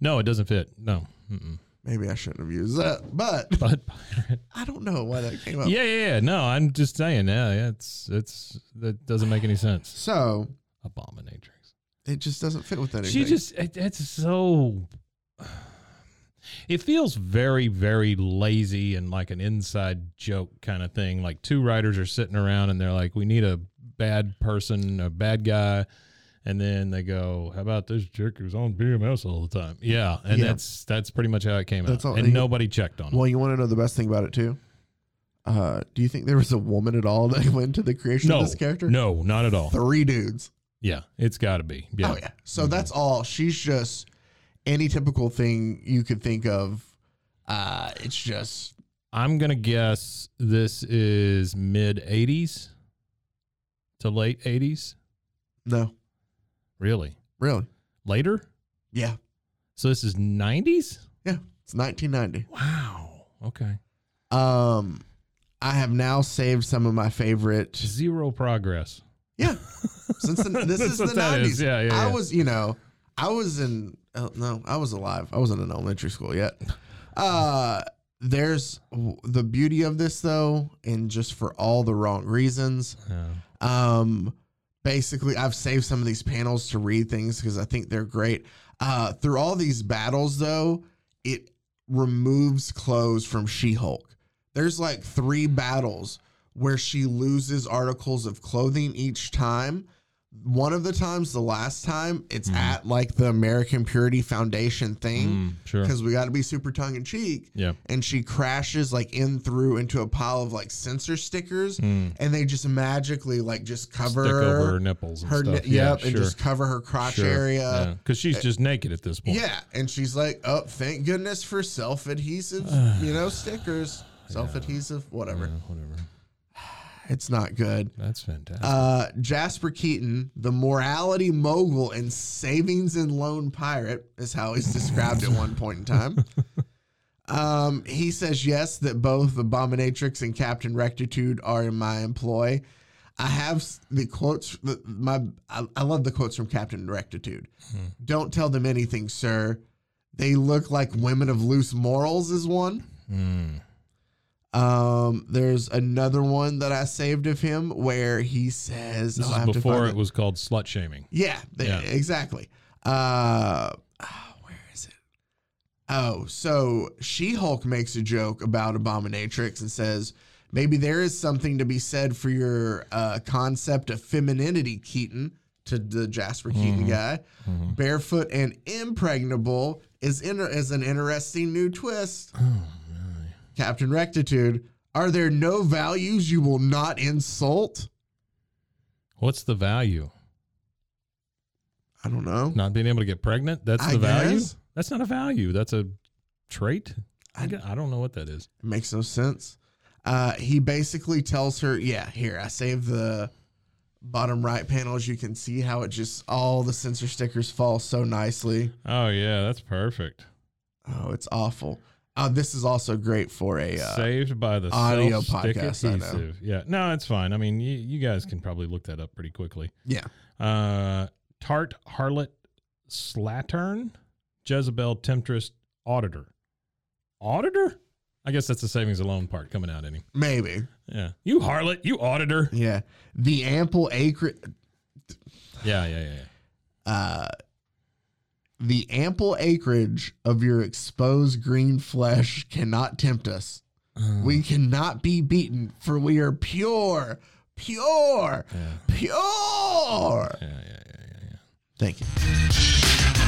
Speaker 1: No, it doesn't fit. No, Mm-mm.
Speaker 3: Maybe I shouldn't have used that, but
Speaker 1: Bud Pirate.
Speaker 3: I don't know why that came up.
Speaker 1: Yeah, yeah, yeah. No, I'm just saying. Yeah, yeah. It's it's that doesn't make any sense.
Speaker 3: So
Speaker 1: Abominatrix.
Speaker 3: it just doesn't fit with anything.
Speaker 1: She just it, it's so. It feels very, very lazy and like an inside joke kind of thing. Like two writers are sitting around and they're like, "We need a bad person, a bad guy," and then they go, "How about this jerk who's on BMS all the time?" Yeah, and
Speaker 3: Yeah.
Speaker 1: that's that's pretty much how it came
Speaker 3: That's
Speaker 1: out,
Speaker 3: all-
Speaker 1: and
Speaker 3: and-
Speaker 1: nobody checked on it.
Speaker 3: Well, you want to know the best thing about it too? Uh, do you think there was a woman at all that went to the creation
Speaker 1: no,
Speaker 3: of this character?
Speaker 1: no, not at all.
Speaker 3: Three dudes.
Speaker 1: Yeah, it's got to be. Yeah. Mm-hmm.
Speaker 3: Oh yeah. So that's all. She's just any typical thing you could think of. Uh, it's just
Speaker 1: I'm gonna guess this is mid '80s to late '80s.
Speaker 3: no,
Speaker 1: Really?
Speaker 3: really.
Speaker 1: Later?
Speaker 3: Yeah,
Speaker 1: So this is 90s?
Speaker 3: yeah. It's 1990.
Speaker 1: Wow. Okay.
Speaker 3: Um, I have now saved some of my favorite.
Speaker 1: Zero progress.
Speaker 3: Yeah, since the, this
Speaker 1: That's
Speaker 3: is
Speaker 1: what
Speaker 3: the
Speaker 1: that
Speaker 3: 90s.
Speaker 1: is. Yeah, yeah,
Speaker 3: I
Speaker 1: yeah.
Speaker 3: was, you know, I was in. oh, No, I was alive. I wasn't in elementary school yet. Uh, there's the beauty of this though, and just for all the wrong reasons.
Speaker 1: Yeah.
Speaker 3: Um, basically, I've saved some of these panels to read things because I think they're great. Uh, through all these battles, though, it removes clothes from She Hulk. There's like three battles where she loses articles of clothing each time. One of the times, the last time, it's at like the American Purity Foundation thing
Speaker 1: Mm-hmm. Mm, sure.
Speaker 3: because we got to be super tongue in cheek.
Speaker 1: Yeah.
Speaker 3: And she crashes like in through into a pile of like censor stickers
Speaker 1: Mm.
Speaker 3: and they just magically like just cover
Speaker 1: Stick over her nipples and
Speaker 3: her
Speaker 1: stuff.
Speaker 3: ni-
Speaker 1: yeah,
Speaker 3: yep,
Speaker 1: sure.
Speaker 3: and just cover her crotch
Speaker 1: sure.
Speaker 3: area. Eh,
Speaker 1: Because she's just naked at this
Speaker 3: Yeah.
Speaker 1: point.
Speaker 3: and she's like, "Oh, thank goodness for self-adhesive, you know, stickers, self-adhesive, whatever.
Speaker 1: Yeah, whatever.
Speaker 3: It's not good."
Speaker 1: That's fantastic.
Speaker 3: Uh, Jasper Keaton, the morality mogul and savings and loan pirate, is how he's described at one point in time. Um, he says yes that both Abominatrix and Captain Rectitude are in my employ. I have s- the quotes. the- My I, I love the quotes from Captain Rectitude. Don't tell them anything, sir. They look like women of loose morals. Is one.
Speaker 1: Mm.
Speaker 3: Um, there's another one that I saved of him where he says,
Speaker 1: This
Speaker 3: oh, I have
Speaker 1: is
Speaker 3: to
Speaker 1: before
Speaker 3: find
Speaker 1: it was called slut shaming.
Speaker 3: Yeah, th-
Speaker 1: Yeah.
Speaker 3: exactly. Uh, ah, where is it? Oh, so She Hulk makes a joke about Abominatrix and says, maybe there is something to be said for your uh, concept of femininity, Keaton, to the Jasper Keaton
Speaker 1: Mm-hmm.
Speaker 3: guy. Barefoot and impregnable is, inter- is an interesting new twist. Captain Rectitude, are there no values you will not insult?
Speaker 1: What's the value?
Speaker 3: I don't know.
Speaker 1: Not being able to get pregnant? That's
Speaker 3: I
Speaker 1: the value?
Speaker 3: guess.
Speaker 1: That's not a value. That's a trait? I, g- I don't know what that is.
Speaker 3: It makes no sense. Uh, he basically tells her, "Yeah, here I saved the bottom right panel. As you can see, how it just all the sensor stickers fall so nicely.
Speaker 1: Oh, yeah. That's perfect.
Speaker 3: Oh, it's awful. Uh, this is also great for a uh,
Speaker 1: Saved by the
Speaker 3: Audio
Speaker 1: self-stick
Speaker 3: podcast, I know.
Speaker 1: adhesive. Yeah, no, it's fine. I mean, you, you guys can probably look that up pretty quickly.
Speaker 3: yeah,
Speaker 1: Uh, Tart harlot slattern, Jezebel temptress auditor, auditor. I guess that's the savings and loan part coming out in him.
Speaker 3: maybe,
Speaker 1: Yeah, you harlot, you auditor.
Speaker 3: yeah. The ample acre,
Speaker 1: Yeah, yeah, yeah. yeah.
Speaker 3: uh, the ample acreage of your exposed green flesh cannot tempt us. We cannot be beaten, for we are pure, pure, pure.
Speaker 1: Yeah, yeah, yeah, yeah, yeah.
Speaker 3: Thank you.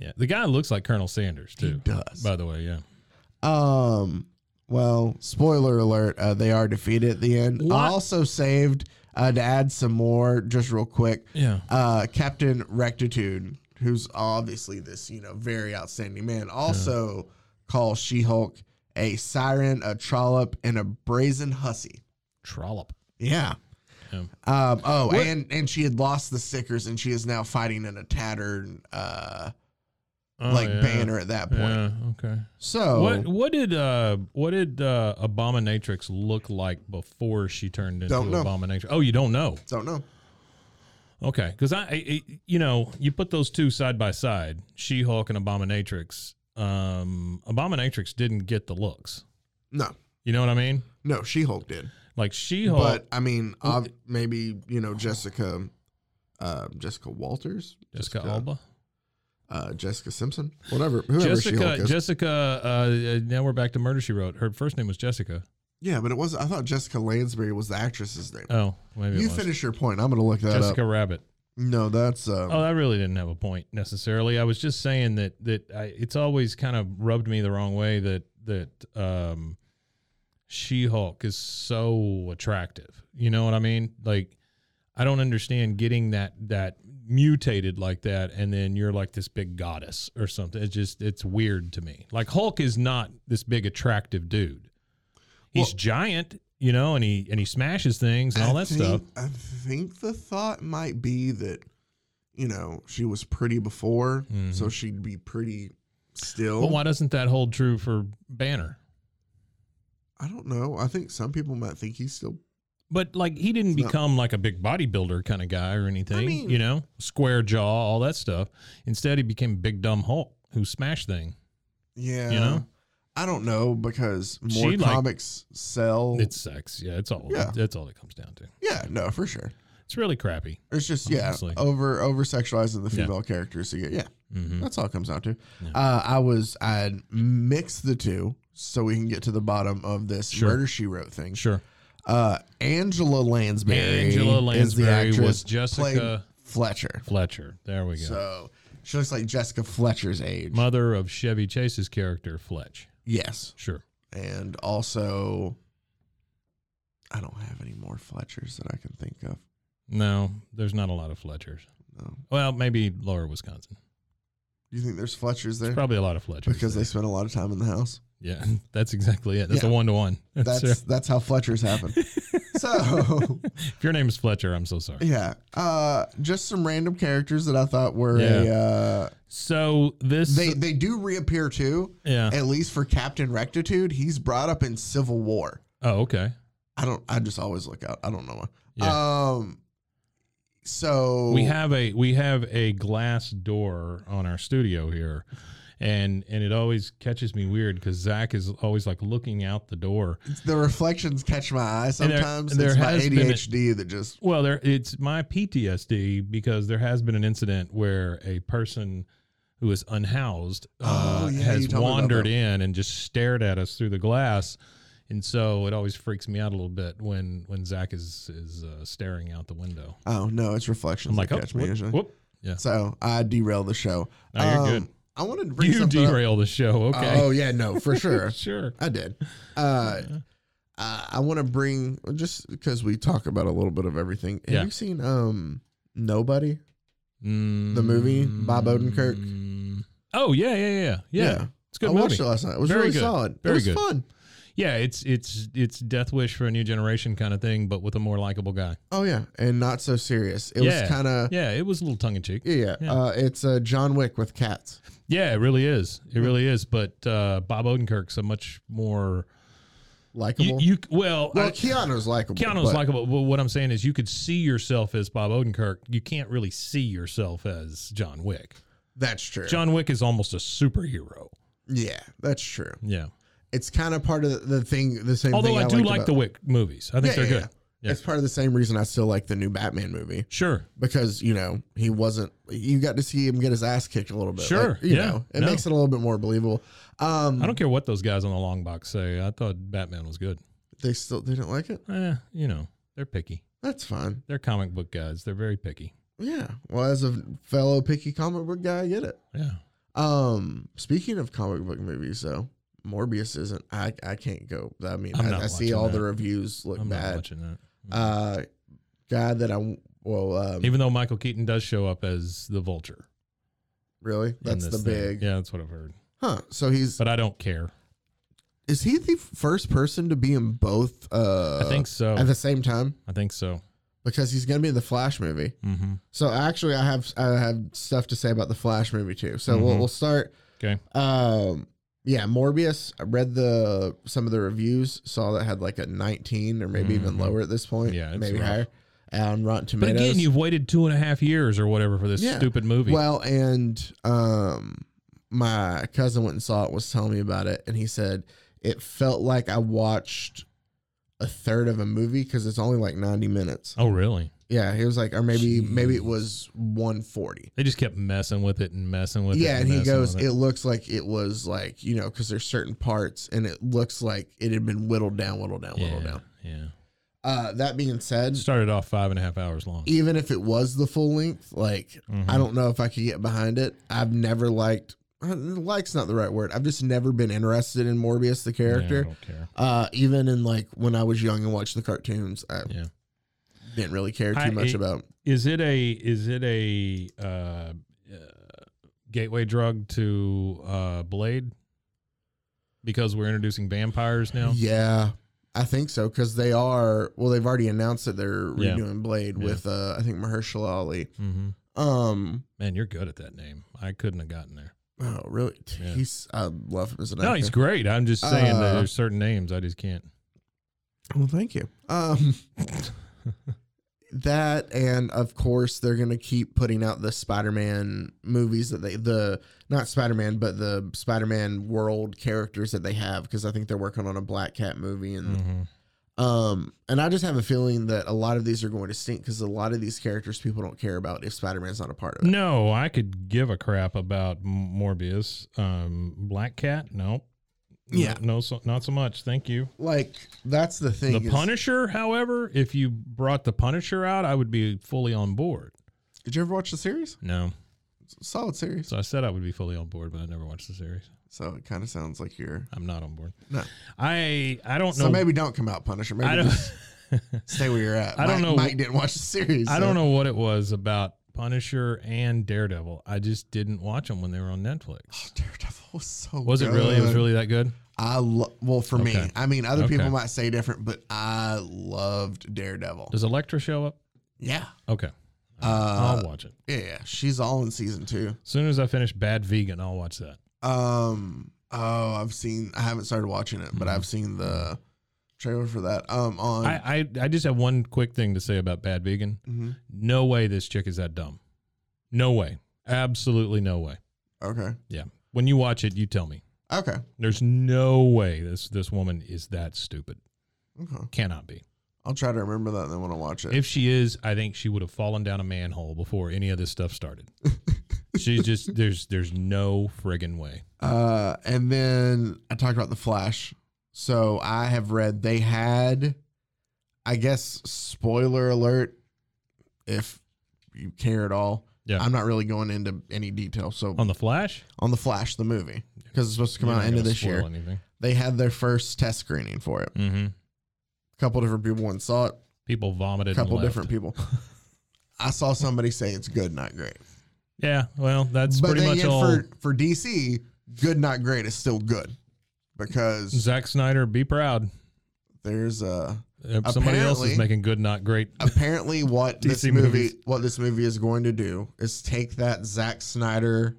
Speaker 1: Yeah, the guy looks like Colonel Sanders too.
Speaker 3: does.
Speaker 1: By the way, yeah.
Speaker 3: Um. Well, spoiler alert. Uh, they are defeated at the end.
Speaker 1: What?
Speaker 3: I also saved uh, to add some more, just real quick.
Speaker 1: Yeah.
Speaker 3: Uh, Captain Rectitude, who's obviously this you know very outstanding man, also calls She Hulk a siren, a trollop, and a brazen hussy.
Speaker 1: Trollop.
Speaker 3: Yeah.
Speaker 1: Yeah.
Speaker 3: Um, oh, and and she had lost the stickers, and she is now fighting in a tattered uh,
Speaker 1: Oh,
Speaker 3: like
Speaker 1: yeah.
Speaker 3: banner at that point. Oh.
Speaker 1: Yeah. Okay.
Speaker 3: So
Speaker 1: What what did uh what did uh Abominatrix look like before she turned into
Speaker 3: Don't know.
Speaker 1: Abominatrix? Oh, you don't know.
Speaker 3: don't know.
Speaker 1: Okay, because I, I, I- you know, you put those two side by side, She Hulk and Abominatrix. Um, Abominatrix didn't get the looks.
Speaker 3: No,
Speaker 1: You know what I mean?
Speaker 3: no, She Hulk did,
Speaker 1: Like She Hulk,
Speaker 3: but I mean, ob- maybe you know Jessica, uh, Jessica Walters,
Speaker 1: Jessica Alba,
Speaker 3: uh, Jessica Simpson, whatever, whoever She
Speaker 1: Jessica,
Speaker 3: Hulk is.
Speaker 1: Jessica. Uh, uh, now we're back to Murder She Wrote. Her first name was Jessica.
Speaker 3: yeah, but it was. I thought Jessica Lansbury was the actress's name.
Speaker 1: Oh, maybe
Speaker 3: you
Speaker 1: it was.
Speaker 3: finish your point. I'm gonna look that
Speaker 1: Jessica
Speaker 3: up.
Speaker 1: Rabbit.
Speaker 3: No, that's uh,
Speaker 1: Oh, I really didn't have a point necessarily. I was just saying that that I, it's always kind of rubbed me the wrong way that that um, She Hulk is so attractive. You know what I mean? Like, I don't understand getting that that mutated like that, and then you're like this big goddess or something. It's just it's weird to me. Like Hulk is not this big attractive dude. He's
Speaker 3: Well-
Speaker 1: giant, you know, and he and he smashes things and all that
Speaker 3: think,
Speaker 1: stuff.
Speaker 3: I think the thought might be that, you know, she was pretty before, so she'd be pretty still.
Speaker 1: Mm-hmm. But why doesn't that hold true for Banner?
Speaker 3: I don't know. I think some people might think he's still.
Speaker 1: But like he didn't
Speaker 3: It's not-
Speaker 1: become like a big bodybuilder kind of guy or anything,
Speaker 3: mean-
Speaker 1: you know, square jaw, all that stuff. Instead, he became big dumb Hulk who smashed thing.
Speaker 3: Yeah.
Speaker 1: know?
Speaker 3: I don't know because more
Speaker 1: She, like-
Speaker 3: comics sell.
Speaker 1: It's sex, yeah. It's all.
Speaker 3: Yeah.
Speaker 1: That's all it comes down to.
Speaker 3: yeah, no, for sure.
Speaker 1: It's really crappy.
Speaker 3: It's just yeah,
Speaker 1: Honestly.
Speaker 3: over over sexualizing the
Speaker 1: Yeah.
Speaker 3: female characters. To get, yeah,
Speaker 1: hmm
Speaker 3: that's all it comes down to. Uh, I was I mixed the two so we can get to the bottom of this
Speaker 1: Sure.
Speaker 3: murder she wrote thing.
Speaker 1: Sure.
Speaker 3: Uh, Angela Lansbury.
Speaker 1: Angela
Speaker 3: is the
Speaker 1: Lansbury
Speaker 3: actress
Speaker 1: was Jessica-
Speaker 3: played Fletcher.
Speaker 1: Fletcher. There we go.
Speaker 3: So she looks like Jessica Fletcher's age.
Speaker 1: Mother of Chevy Chase's character Fletch.
Speaker 3: yes,
Speaker 1: Sure.
Speaker 3: and also I don't have any more Fletchers that I can think of.
Speaker 1: No, there's not a lot of Fletchers.
Speaker 3: No.
Speaker 1: Well, maybe Laura, Wisconsin.
Speaker 3: Do you think there's Fletchers there?
Speaker 1: There's probably a lot of Fletchers.
Speaker 3: because they spend a lot of time in the house.
Speaker 1: yeah, that's exactly it. That's
Speaker 3: Yeah.
Speaker 1: a one to one.
Speaker 3: That's that's how Fletchers happen. so
Speaker 1: If your name is Fletcher, I'm so sorry.
Speaker 3: yeah, uh, just some random characters that I thought were a.
Speaker 1: Yeah.
Speaker 3: Uh,
Speaker 1: So Uh-huh. this,
Speaker 3: they they do reappear too.
Speaker 1: yeah.
Speaker 3: At least for Captain Rectitude, he's brought up in Civil War.
Speaker 1: Oh, okay.
Speaker 3: I don't. I just always look out. I don't know why.
Speaker 1: Yeah.
Speaker 3: Um. So
Speaker 1: we have a we have a glass door on our studio here and and it always catches me weird because zach is always like looking out the door
Speaker 3: the reflections catch my eye
Speaker 1: And there-
Speaker 3: sometimes.
Speaker 1: and there
Speaker 3: it's my
Speaker 1: has been a-
Speaker 3: ADHD that just
Speaker 1: well there it's my ptsd because there has been an incident where a person who is unhoused
Speaker 3: Oh,
Speaker 1: uh,
Speaker 3: yeah, you
Speaker 1: has
Speaker 3: told me about
Speaker 1: wandered
Speaker 3: that.
Speaker 1: in and just stared at us through the glass and so it always freaks me out a little bit when when zach is is uh, staring out the window
Speaker 3: oh no, it's reflections
Speaker 1: i'm like
Speaker 3: that
Speaker 1: oh,
Speaker 3: catch me
Speaker 1: whoop,
Speaker 3: usually.
Speaker 1: whoop. yeah
Speaker 3: So I derail the show. Um,
Speaker 1: No, you're good.
Speaker 3: I wanted to bring
Speaker 1: you
Speaker 3: something up.
Speaker 1: derail the show okay
Speaker 3: Oh yeah, no, for sure.
Speaker 1: sure
Speaker 3: I did. Uh, uh, I want to bring just because we talk about a little bit of everything. Have
Speaker 1: Yeah.
Speaker 3: you seen um Nobody? movie, Bob Odenkirk?
Speaker 1: Mm. Oh yeah, yeah, yeah, yeah. It's a good
Speaker 3: I
Speaker 1: movie.
Speaker 3: watched it last night. It was
Speaker 1: Very
Speaker 3: really
Speaker 1: good.
Speaker 3: solid.
Speaker 1: Very
Speaker 3: it was
Speaker 1: good.
Speaker 3: fun.
Speaker 1: Yeah, it's it's it's Death Wish for a new generation kind of thing, but with a more likable guy.
Speaker 3: Oh yeah, and not so serious. It
Speaker 1: Yeah.
Speaker 3: was kind of
Speaker 1: Yeah, it was a little tongue in cheek.
Speaker 3: yeah. yeah.
Speaker 1: Yeah.
Speaker 3: Uh, it's uh, John Wick with cats.
Speaker 1: Yeah, it really is. It really is. But uh, Bob Odenkirk's a much more you,
Speaker 3: Likable.
Speaker 1: you well.
Speaker 3: well,
Speaker 1: I-
Speaker 3: Keanu's likable.
Speaker 1: Keanu's
Speaker 3: but-
Speaker 1: likable. Well, what I'm saying is, you could see yourself as Bob Odenkirk. You can't really see yourself as John Wick.
Speaker 3: That's true.
Speaker 1: John Wick is almost a superhero.
Speaker 3: yeah, that's true.
Speaker 1: Yeah.
Speaker 3: It's kind of part of the, the thing. The same.
Speaker 1: Although
Speaker 3: thing
Speaker 1: I,
Speaker 3: I,
Speaker 1: do
Speaker 3: liked
Speaker 1: like
Speaker 3: about-
Speaker 1: the Wick movies. I think
Speaker 3: Yeah,
Speaker 1: they're
Speaker 3: yeah,
Speaker 1: good. Yeah.
Speaker 3: It's part of the same reason I still like the new Batman movie.
Speaker 1: Sure.
Speaker 3: because you know he wasn't you got to see him get his ass kicked a little bit
Speaker 1: Sure,
Speaker 3: Like, you
Speaker 1: yeah,
Speaker 3: know it
Speaker 1: no.
Speaker 3: makes it a little bit more believable um
Speaker 1: I don't care what those guys on the long box say. I thought Batman was good.
Speaker 3: they still they didn't like it
Speaker 1: Eh, you know, they're picky.
Speaker 3: that's fine
Speaker 1: They're comic book guys. They're very picky.
Speaker 3: yeah well as a fellow picky comic book guy i get it
Speaker 1: Yeah.
Speaker 3: um speaking of comic book movies though morbius isn't i i can't go i mean
Speaker 1: I'm
Speaker 3: i,
Speaker 1: not
Speaker 3: I see
Speaker 1: watching
Speaker 3: all the
Speaker 1: that.
Speaker 3: reviews look
Speaker 1: I'm not
Speaker 3: bad
Speaker 1: watching that.
Speaker 3: uh guy that i'm well um
Speaker 1: Even though Michael Keaton does show up as the vulture.
Speaker 3: really
Speaker 1: in
Speaker 3: that's the
Speaker 1: this thing.
Speaker 3: big
Speaker 1: Yeah, that's what I've heard.
Speaker 3: huh so he's
Speaker 1: But I don't care.
Speaker 3: is he the first person to be in both uh
Speaker 1: I think so.
Speaker 3: at the same time
Speaker 1: I think so.
Speaker 3: because he's going to be in the Flash movie.
Speaker 1: hmm
Speaker 3: So actually, I have I have stuff to say about the Flash movie too. So we'll,
Speaker 1: Mhm.
Speaker 3: we'll start.
Speaker 1: Okay.
Speaker 3: Um, yeah, Morbius. I read the some of the reviews, saw that had like a 19 or maybe even
Speaker 1: Mhm.
Speaker 3: lower at this point.
Speaker 1: Yeah, it's
Speaker 3: maybe
Speaker 1: rough.
Speaker 3: higher. on Rotten
Speaker 1: But
Speaker 3: Tomatoes.
Speaker 1: again, you've waited two and a half years or whatever for this
Speaker 3: Yeah.
Speaker 1: stupid movie.
Speaker 3: Well, and um, my cousin went and saw it, was telling me about it, and he said it felt like I watched a third of a movie because it's only like 90 minutes.
Speaker 1: oh, really?
Speaker 3: Yeah, he was like, or maybe maybe it
Speaker 1: Jeez.
Speaker 3: was 140.
Speaker 1: They just kept messing with it and messing with it.
Speaker 3: yeah, and he
Speaker 1: messing
Speaker 3: goes,
Speaker 1: with
Speaker 3: it. looks like it was like, you know, because there's certain parts and it looks like it had been whittled down, whittled down,
Speaker 1: yeah,
Speaker 3: whittled down.
Speaker 1: yeah.
Speaker 3: Uh, that being said,
Speaker 1: It started off five and a half hours long.
Speaker 3: even if it was the full length, like
Speaker 1: Mhm.
Speaker 3: I don't know if I could get behind it. I've never liked uh, like's not the right word. I've just never been interested in Morbius the
Speaker 1: Yeah, I
Speaker 3: character.
Speaker 1: don't care.
Speaker 3: Uh, even in like when I was young and watched the cartoons, I
Speaker 1: Yeah.
Speaker 3: didn't really care too
Speaker 1: I-
Speaker 3: much
Speaker 1: it-
Speaker 3: about.
Speaker 1: Is it a is it a uh, uh, gateway drug to uh, Blade? Because we're introducing vampires now.
Speaker 3: Yeah, I think so because they are. Well, they've already announced that they're
Speaker 1: Yeah.
Speaker 3: redoing Blade
Speaker 1: Yeah.
Speaker 3: with uh, I think Mahershala Ali.
Speaker 1: hmm
Speaker 3: Um,
Speaker 1: Man, you're good at that name. I couldn't have gotten there.
Speaker 3: oh really?
Speaker 1: Yeah.
Speaker 3: He's I love him as an
Speaker 1: No,
Speaker 3: actor.
Speaker 1: he's great. I'm just saying that
Speaker 3: Uh,
Speaker 1: there's certain names I just can't. Mm-hmm.
Speaker 3: Well, thank you. Um, that and of course they're gonna keep putting out the Spider-Man movies that they the not Spider-Man but the Spider-Man world characters that they have because I think they're working on a Black Cat movie and
Speaker 1: Mhm.
Speaker 3: um and I just have a feeling that a lot of these are going to stink because a lot of these characters people don't care about if Spider-Man's not a part of it.
Speaker 1: No, I could give a crap about M- Morbius. Um, Black Cat, no.
Speaker 3: Yeah.
Speaker 1: no, so, not so much. Thank you.
Speaker 3: Like that's the thing.
Speaker 1: The
Speaker 3: is-
Speaker 1: Punisher, however, if you brought the Punisher out, I would be fully on board.
Speaker 3: Did you ever watch the series?
Speaker 1: No,
Speaker 3: It's a Solid series.
Speaker 1: so I said I would be fully on board, but I never watched the series.
Speaker 3: So it kind of sounds like you're.
Speaker 1: I'm not on board.
Speaker 3: No.
Speaker 1: I I don't know.
Speaker 3: So maybe don't come out Punisher. Maybe
Speaker 1: I
Speaker 3: just-
Speaker 1: don't.
Speaker 3: Stay where you're at.
Speaker 1: I don't
Speaker 3: Mike-
Speaker 1: know.
Speaker 3: Mike didn't watch the series.
Speaker 1: I
Speaker 3: so-
Speaker 1: don't know what it was about Punisher and Daredevil. I just didn't watch them when they were on Netflix.
Speaker 3: Daredevil was so.
Speaker 1: Was it really? It was
Speaker 3: good.
Speaker 1: really that good.
Speaker 3: I lo- well for
Speaker 1: Okay.
Speaker 3: me. I mean, other
Speaker 1: Okay.
Speaker 3: people might say different, but I loved Daredevil.
Speaker 1: Does Elektra show up?
Speaker 3: Yeah.
Speaker 1: Okay,
Speaker 3: Uh,
Speaker 1: I'll watch it.
Speaker 3: yeah, yeah. She's all in season two.
Speaker 1: As soon as I finish Bad Vegan, I'll watch that.
Speaker 3: Um. Oh, I've seen. I haven't started watching it, but I've seen the trailer for that. Um. On.
Speaker 1: Mm-hmm. I, I I just have one quick thing to say about Bad Vegan.
Speaker 3: Mhm.
Speaker 1: No way this chick is that dumb. No way. Absolutely no way.
Speaker 3: Okay.
Speaker 1: Yeah. When you watch it, you tell me.
Speaker 3: Okay.
Speaker 1: There's no way this this woman is that stupid.
Speaker 3: Okay.
Speaker 1: Cannot be.
Speaker 3: I'll try to remember that and then when I watch it.
Speaker 1: If she is, I think she would have fallen down a manhole before any of this stuff started. She's just there's there's no friggin' way.
Speaker 3: Uh, and then I talked about the Flash. So I have read they had, I guess, spoiler alert, if you care at all.
Speaker 1: Yeah.
Speaker 3: I'm not really going into any detail. So
Speaker 1: On the Flash,
Speaker 3: on the Flash, the movie, because it's supposed to come
Speaker 1: you're
Speaker 3: out
Speaker 1: not
Speaker 3: end of
Speaker 1: gonna
Speaker 3: this year,
Speaker 1: spoil Anything.
Speaker 3: they had their first test screening for it.
Speaker 1: Mm-hmm.
Speaker 3: A couple different people went and saw it.
Speaker 1: People vomited.
Speaker 3: A
Speaker 1: and
Speaker 3: couple
Speaker 1: left.
Speaker 3: different people. I saw somebody say it's good, not great.
Speaker 1: Yeah. Well, that's
Speaker 3: but
Speaker 1: pretty
Speaker 3: then
Speaker 1: much
Speaker 3: again,
Speaker 1: all.
Speaker 3: for for DC, good, not great is still good because
Speaker 1: Zack Snyder, be proud.
Speaker 3: there's a
Speaker 1: If somebody else is
Speaker 3: Apparently-
Speaker 1: making good, not great.
Speaker 3: apparently what this
Speaker 1: DC
Speaker 3: movie
Speaker 1: movies.
Speaker 3: what this movie is going to do is take that Zack Snyder.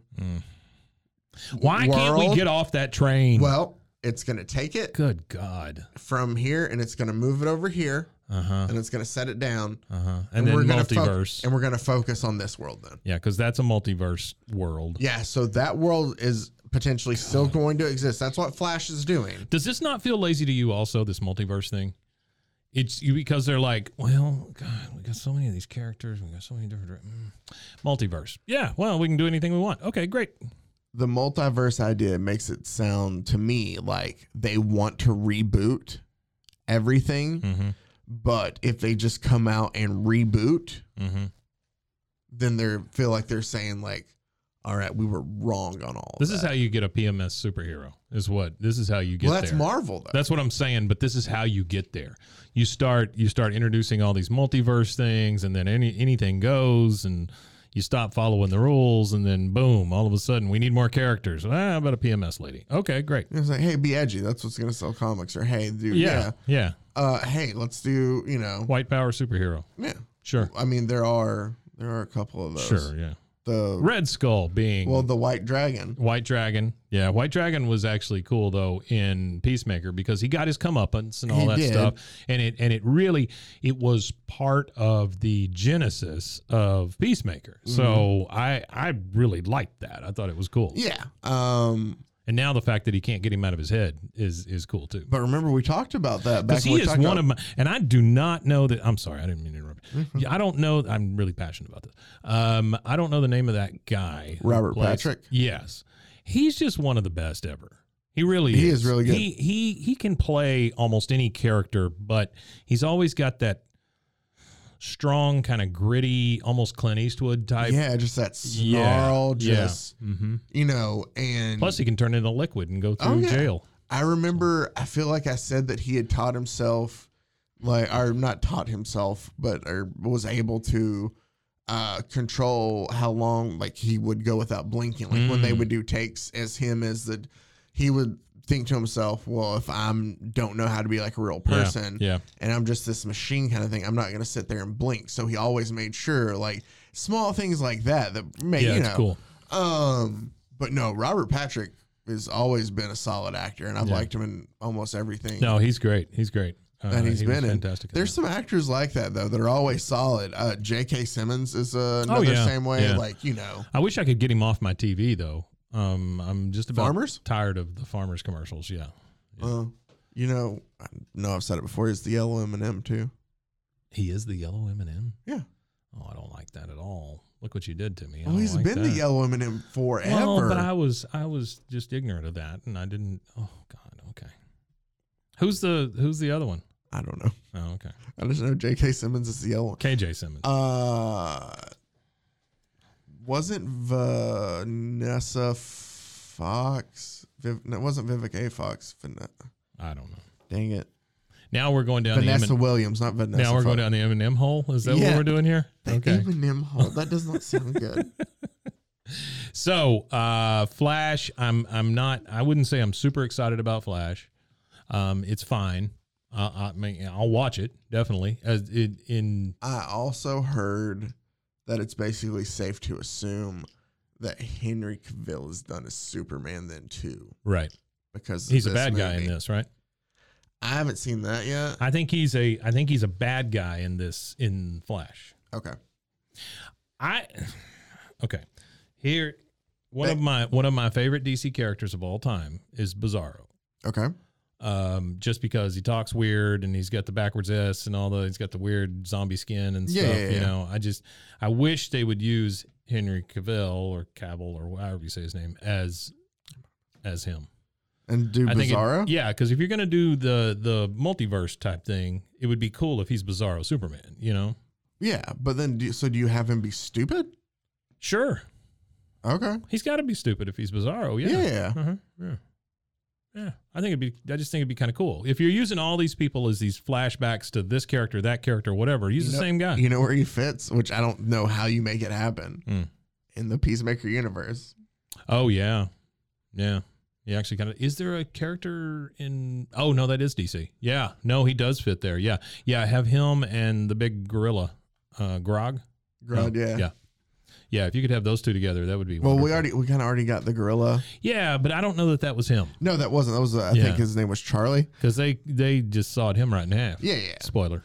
Speaker 1: Why can't we
Speaker 3: world-
Speaker 1: get off that train?
Speaker 3: Well, it's going to take it
Speaker 1: good God.
Speaker 3: from here and it's going to move it over here
Speaker 1: Uh huh.
Speaker 3: and it's going to set it down
Speaker 1: Uh huh. And, then
Speaker 3: gonna fo-
Speaker 1: multiverse.
Speaker 3: and we're going to focus on this world then.
Speaker 1: yeah, because that's a multiverse world.
Speaker 3: Yeah, so that world is potentially still going to exist. That's what Flash is doing.
Speaker 1: Does this not feel lazy to you? Also, this multiverse thing. It's you because they're like, well, God, we got so many of these characters. We got so many different mm. multiverse. Yeah. Well, we can do anything we want. Okay, great.
Speaker 3: The multiverse idea makes it sound to me like they want to reboot everything,
Speaker 1: Mm-hmm.
Speaker 3: but if they just come out and reboot,
Speaker 1: Mm-hmm.
Speaker 3: then they feel like they're saying like, "All right, we were wrong on all."
Speaker 1: This
Speaker 3: is
Speaker 1: is how you get a PMS superhero. Is what this is how you get.
Speaker 3: well, that's
Speaker 1: there.
Speaker 3: Marvel though.
Speaker 1: That's what I'm saying, but this is how you get there. You start you start introducing all these multiverse things and then any anything goes and you stop following the rules and then boom, all of a sudden we need more characters. Ah, how about a PMS lady? Okay, great.
Speaker 3: it's like, hey, be edgy. That's what's gonna sell comics. Or hey, dude,
Speaker 1: Yeah.
Speaker 3: yeah.
Speaker 1: Yeah.
Speaker 3: Uh, hey, let's do you know?
Speaker 1: White power superhero.
Speaker 3: Yeah.
Speaker 1: Sure.
Speaker 3: I mean, there are there are a couple of those.
Speaker 1: Sure, yeah.
Speaker 3: The
Speaker 1: Red Skull being
Speaker 3: well, the White Dragon.
Speaker 1: White Dragon. Yeah, White Dragon was actually cool though in Peacemaker because he got his comeuppance and all
Speaker 3: He
Speaker 1: that
Speaker 3: did.
Speaker 1: stuff, and it and it really it was part of the genesis of Peacemaker.
Speaker 3: Mm-hmm.
Speaker 1: So I I really liked that. I thought it was cool.
Speaker 3: Yeah. Um.
Speaker 1: And now the fact that he can't get him out of his head is is cool too.
Speaker 3: But remember, we talked about that back.
Speaker 1: Because
Speaker 3: when
Speaker 1: he
Speaker 3: we
Speaker 1: is
Speaker 3: talked
Speaker 1: one
Speaker 3: about- Mm-hmm.
Speaker 1: of my, and I do not know that. I'm sorry, I didn't mean to interrupt. Yeah, I don't know. I'm really passionate about this. Um, I don't know the name of that guy. who
Speaker 3: Robert Patrick?
Speaker 1: Yes, he's just one of the best ever. He really
Speaker 3: He
Speaker 1: is.
Speaker 3: is really good.
Speaker 1: He he he can play almost any character, but he's always got that strong kind of gritty, almost Clint Eastwood type.
Speaker 3: yeah, just that snarl.
Speaker 1: Yeah.
Speaker 3: Just
Speaker 1: hmm
Speaker 3: you know, and
Speaker 1: Plus, he can turn into liquid and go through
Speaker 3: Oh, yeah.
Speaker 1: jail.
Speaker 3: I remember, I feel like I said that he had taught himself, like, or not taught himself, but or was able to uh, control how long, like, he would go without blinking. Like, when they
Speaker 1: Mm.
Speaker 3: would do takes as him, as the, he would think to himself, well, if I'm don't know how to be like a real
Speaker 1: Yeah,
Speaker 3: person,
Speaker 1: Yeah.
Speaker 3: and I'm just this machine kind of thing. I'm not going to sit there and blink. So he always made sure, like small things like that, that
Speaker 1: Yeah.
Speaker 3: made you
Speaker 1: it's
Speaker 3: know.
Speaker 1: cool.
Speaker 3: Um, but no, Robert Patrick has always been a solid actor, and I've
Speaker 1: Yeah.
Speaker 3: liked him in almost everything.
Speaker 1: No, he's great. He's great. Uh,
Speaker 3: That he's
Speaker 1: he was
Speaker 3: been in.
Speaker 1: fantastic. in
Speaker 3: There's some actors like that though that are always solid. Uh, J.K. Simmons is uh,
Speaker 1: Oh,
Speaker 3: another
Speaker 1: yeah.
Speaker 3: same way.
Speaker 1: Yeah.
Speaker 3: Like you know,
Speaker 1: I wish I could get him off my TV though. Um, I'm just about
Speaker 3: Farmers?
Speaker 1: tired of the farmers commercials. Yeah, Yeah.
Speaker 3: uh, you know, I know I've said it before. Is the yellow M and M too?
Speaker 1: he is the yellow M and M.
Speaker 3: Yeah.
Speaker 1: Oh, I don't like that at all. Look what you did to me. I
Speaker 3: Well,
Speaker 1: don't
Speaker 3: Oh, he's
Speaker 1: like
Speaker 3: been the
Speaker 1: that.
Speaker 3: yellow M and M forever.
Speaker 1: Well, but I was I was just ignorant of that, and I didn't. Oh God. Okay. Who's the Who's the other one?
Speaker 3: I don't know.
Speaker 1: Oh, okay.
Speaker 3: I just know J.K. Simmons is the yellow one.
Speaker 1: KJ Simmons.
Speaker 3: Uh, wasn't Vanessa Fox? Viv, no, it wasn't Vivica A. Fox. Van-
Speaker 1: I don't know.
Speaker 3: dang it,
Speaker 1: Now we're going down
Speaker 3: Vanessa
Speaker 1: the M
Speaker 3: Williams, not
Speaker 1: and,
Speaker 3: Vanessa.
Speaker 1: now we're going
Speaker 3: Fox.
Speaker 1: down the M and M hole. Is that what
Speaker 3: Yeah.
Speaker 1: we're doing here?
Speaker 3: The Eminem hole. That does not sound good.
Speaker 1: So, uh, Flash, I'm I'm not. I wouldn't say I'm super excited about Flash. Um, it's fine. Uh, I mean, I'll watch it definitely. As it, in
Speaker 3: I also heard that it's basically safe to assume that Henry Cavill is done as Superman then too,
Speaker 1: right,
Speaker 3: because
Speaker 1: he's a
Speaker 3: of
Speaker 1: bad
Speaker 3: movie.
Speaker 1: guy in this, right?
Speaker 3: I haven't seen that yet.
Speaker 1: I think he's a I think he's a bad guy in this in Flash.
Speaker 3: Okay,
Speaker 1: I okay. Here, one of
Speaker 3: But-
Speaker 1: my one of my favorite DC characters of all time is Bizarro.
Speaker 3: okay,
Speaker 1: Um, just because he talks weird and he's got the backwards S and all the he's got the weird zombie skin and
Speaker 3: Yeah,
Speaker 1: stuff.
Speaker 3: yeah,
Speaker 1: You
Speaker 3: yeah.
Speaker 1: know, I just I wish they would use Henry Cavill or Cavill or however you say his name as as him.
Speaker 3: and do
Speaker 1: I think it-
Speaker 3: Bizarro.
Speaker 1: yeah, because if you're gonna do the the multiverse type thing, it would be cool if he's Bizarro Superman. You know,
Speaker 3: Yeah, but then do, so do you have him be stupid?
Speaker 1: sure.
Speaker 3: Okay.
Speaker 1: He's got to be stupid if he's Bizarro. Yeah.
Speaker 3: Yeah.
Speaker 1: Uh-huh.
Speaker 3: Mm-hmm.
Speaker 1: Yeah. Yeah. I think it'd be, I just think it'd be kind of cool. If you're using all these people as these flashbacks to this character, that character, whatever, use
Speaker 3: You
Speaker 1: the
Speaker 3: know-
Speaker 1: same guy.
Speaker 3: You know where he fits, which I don't know how you make it happen
Speaker 1: Mm.
Speaker 3: in the Peacemaker universe.
Speaker 1: Oh, yeah. Yeah. He actually kind of, is there a character in, oh, no, that is DC. Yeah. No, he does fit there. Yeah. Yeah. Have him and the big gorilla, uh, Grog.
Speaker 3: Grodd,
Speaker 1: No.
Speaker 3: yeah.
Speaker 1: Yeah. Yeah. If you could have those two together, that would be,
Speaker 3: Well, we
Speaker 1: wonderful.
Speaker 3: already we kind of already got the gorilla.
Speaker 1: yeah, but I don't know that that was him
Speaker 3: No, that wasn't. That was uh, I
Speaker 1: Yeah.
Speaker 3: think his name was Charlie.
Speaker 1: because they, they just sawed him right in half.
Speaker 3: Yeah, yeah.
Speaker 1: Spoiler.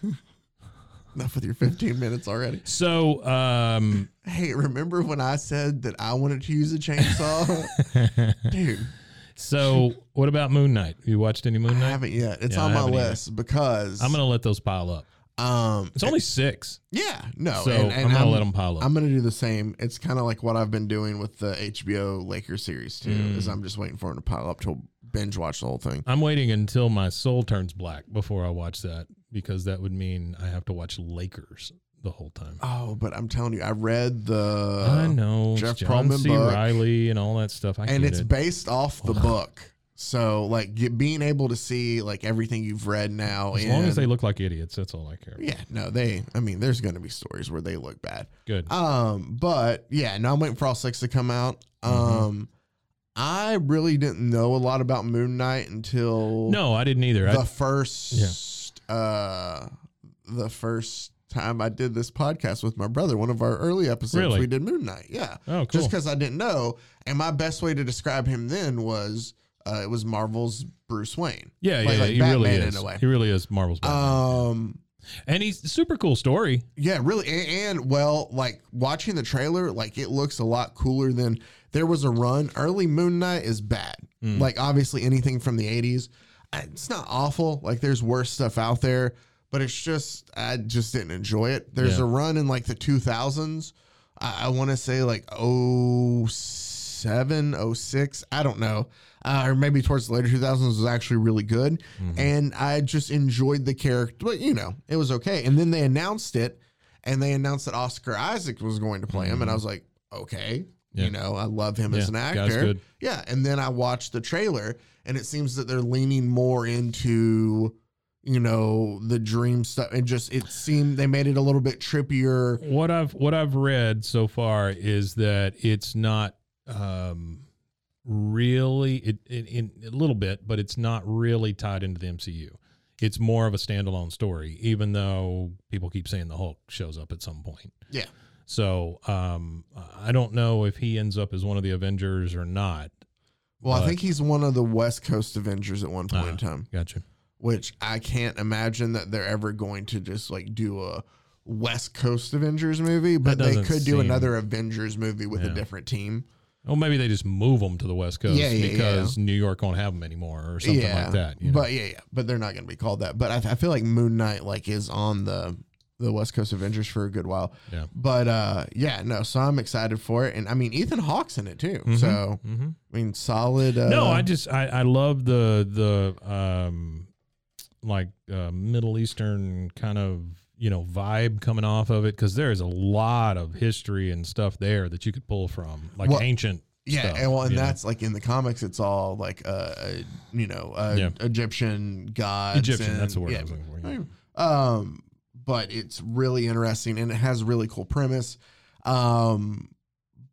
Speaker 3: Enough with your 15 minutes already.
Speaker 1: So, um,
Speaker 3: Hey, remember when I said that I wanted to use a chainsaw? Dude,
Speaker 1: so what about Moon Knight? You watched any
Speaker 3: I
Speaker 1: Moon Knight?
Speaker 3: haven't yet. It's
Speaker 1: Yeah,
Speaker 3: on
Speaker 1: I
Speaker 3: my
Speaker 1: haven't either.
Speaker 3: list because
Speaker 1: I'm gonna let those pile up.
Speaker 3: um
Speaker 1: It's only six,
Speaker 3: yeah, no.
Speaker 1: so
Speaker 3: Oh, and- and
Speaker 1: I'm gonna let them pile up.
Speaker 3: I'm gonna do the same. It's kind of like what I've been doing with the HBO Lakers series too. Is
Speaker 1: Mm.
Speaker 3: I'm just waiting for them to pile up to binge watch the whole thing.
Speaker 1: I'm waiting until my soul turns black before I watch that because that would mean I have to watch Lakers the whole time.
Speaker 3: Oh, but I'm telling you, I read
Speaker 1: I
Speaker 3: the
Speaker 1: know it's
Speaker 3: Uh, Jeff
Speaker 1: John
Speaker 3: Perlman
Speaker 1: C.
Speaker 3: book.
Speaker 1: Riley and all that stuff. I
Speaker 3: and
Speaker 1: get
Speaker 3: it's
Speaker 1: it.
Speaker 3: based off the book. So like you, being able to see like everything you've read now.
Speaker 1: as long as they
Speaker 3: in-
Speaker 1: look like idiots, that's all I care. about.
Speaker 3: yeah, no, they. I mean, there's gonna be stories where they look bad.
Speaker 1: Good.
Speaker 3: Um, but yeah, no, I'm waiting for all six to come out.
Speaker 1: Mm-hmm.
Speaker 3: Um, I really didn't know a lot about Moon Knight until
Speaker 1: no, I didn't either.
Speaker 3: the
Speaker 1: I,
Speaker 3: first uh the first time I did this podcast with my brother, one of our early episodes,
Speaker 1: Really?
Speaker 3: we did Moon Knight. Yeah.
Speaker 1: Oh,
Speaker 3: Just
Speaker 1: cool.
Speaker 3: because I didn't know. And my best way to describe him then was uh, it was Marvel's Bruce Wayne.
Speaker 1: Yeah,
Speaker 3: Like-
Speaker 1: yeah,
Speaker 3: like
Speaker 1: he
Speaker 3: Batman
Speaker 1: really
Speaker 3: in
Speaker 1: is.
Speaker 3: a way.
Speaker 1: He really is Marvel's Batman.
Speaker 3: Um,
Speaker 1: and he's super cool story.
Speaker 3: Yeah, really. And, and well, like watching the trailer, like it looks a lot cooler than there was a run. Early Moon Knight is bad. Like obviously anything from the 80s. Uh, It's not awful. Like there's worse stuff out there, but it's just I just didn't enjoy it. There's
Speaker 1: Yeah.
Speaker 3: a run in like the 2000s. I, I want to say like 07, 06, I don't know. Uh, or maybe towards the later 2000s was actually really good.
Speaker 1: Mm-hmm.
Speaker 3: And I just enjoyed the character, but you know, it was okay. And then they announced it and they announced that Oscar Isaac was going to play him. And I was like, okay,
Speaker 1: Mm-hmm. Yeah.
Speaker 3: you know, I love him as an
Speaker 1: Yeah,
Speaker 3: actor.
Speaker 1: guy's good.
Speaker 3: Yeah. And then I watched the trailer and it seems that they're leaning more into. You know the dream stuff, and just it seemed they made it a little bit trippier.
Speaker 1: What I've what I've read so far is that it's not um, really it, in, in a little bit, but it's not really tied into the MCU. It's more of a standalone story, even though people keep saying the Hulk shows up at some point.
Speaker 3: Yeah.
Speaker 1: So um, I don't know if he ends up as one of the Avengers or not.
Speaker 3: Well, I
Speaker 1: But-
Speaker 3: think he's one of the West Coast Avengers at one point
Speaker 1: Ah.
Speaker 3: in time,
Speaker 1: Gotcha.
Speaker 3: which I can't imagine that they're ever going to just like do a West Coast Avengers movie, but they
Speaker 1: doesn't
Speaker 3: could do
Speaker 1: seem-
Speaker 3: another Avengers movie with
Speaker 1: Yeah.
Speaker 3: a different team.
Speaker 1: Well, maybe they just move them to the West Coast
Speaker 3: Yeah, yeah, yeah.
Speaker 1: because New York won't have them anymore or something
Speaker 3: yeah,
Speaker 1: like that. you know?
Speaker 3: But yeah, yeah, but they're not going to be called that. But I, I feel like Moon Knight like is on the the West Coast Avengers for a good while.
Speaker 1: Yeah.
Speaker 3: But uh yeah, no, so I'm excited for it and I mean Ethan Hawke's in it too. So
Speaker 1: Mhm.
Speaker 3: I mean solid uh,
Speaker 1: no, I just I, I love the the um like uh, Middle Eastern kind of you know vibe coming off of it because there is a lot of history and stuff there that you could pull from like
Speaker 3: Well,
Speaker 1: ancient
Speaker 3: Yeah,
Speaker 1: stuff,
Speaker 3: and well, and
Speaker 1: you know?
Speaker 3: that's like in the comics, it's all like uh, a- you know, uh,
Speaker 1: Yeah.
Speaker 3: Egyptian gods.
Speaker 1: Egyptian.
Speaker 3: and-
Speaker 1: That's the word I
Speaker 3: yeah.
Speaker 1: was looking for. yeah.
Speaker 3: Um, but it's really interesting and it has a really cool premise. Um,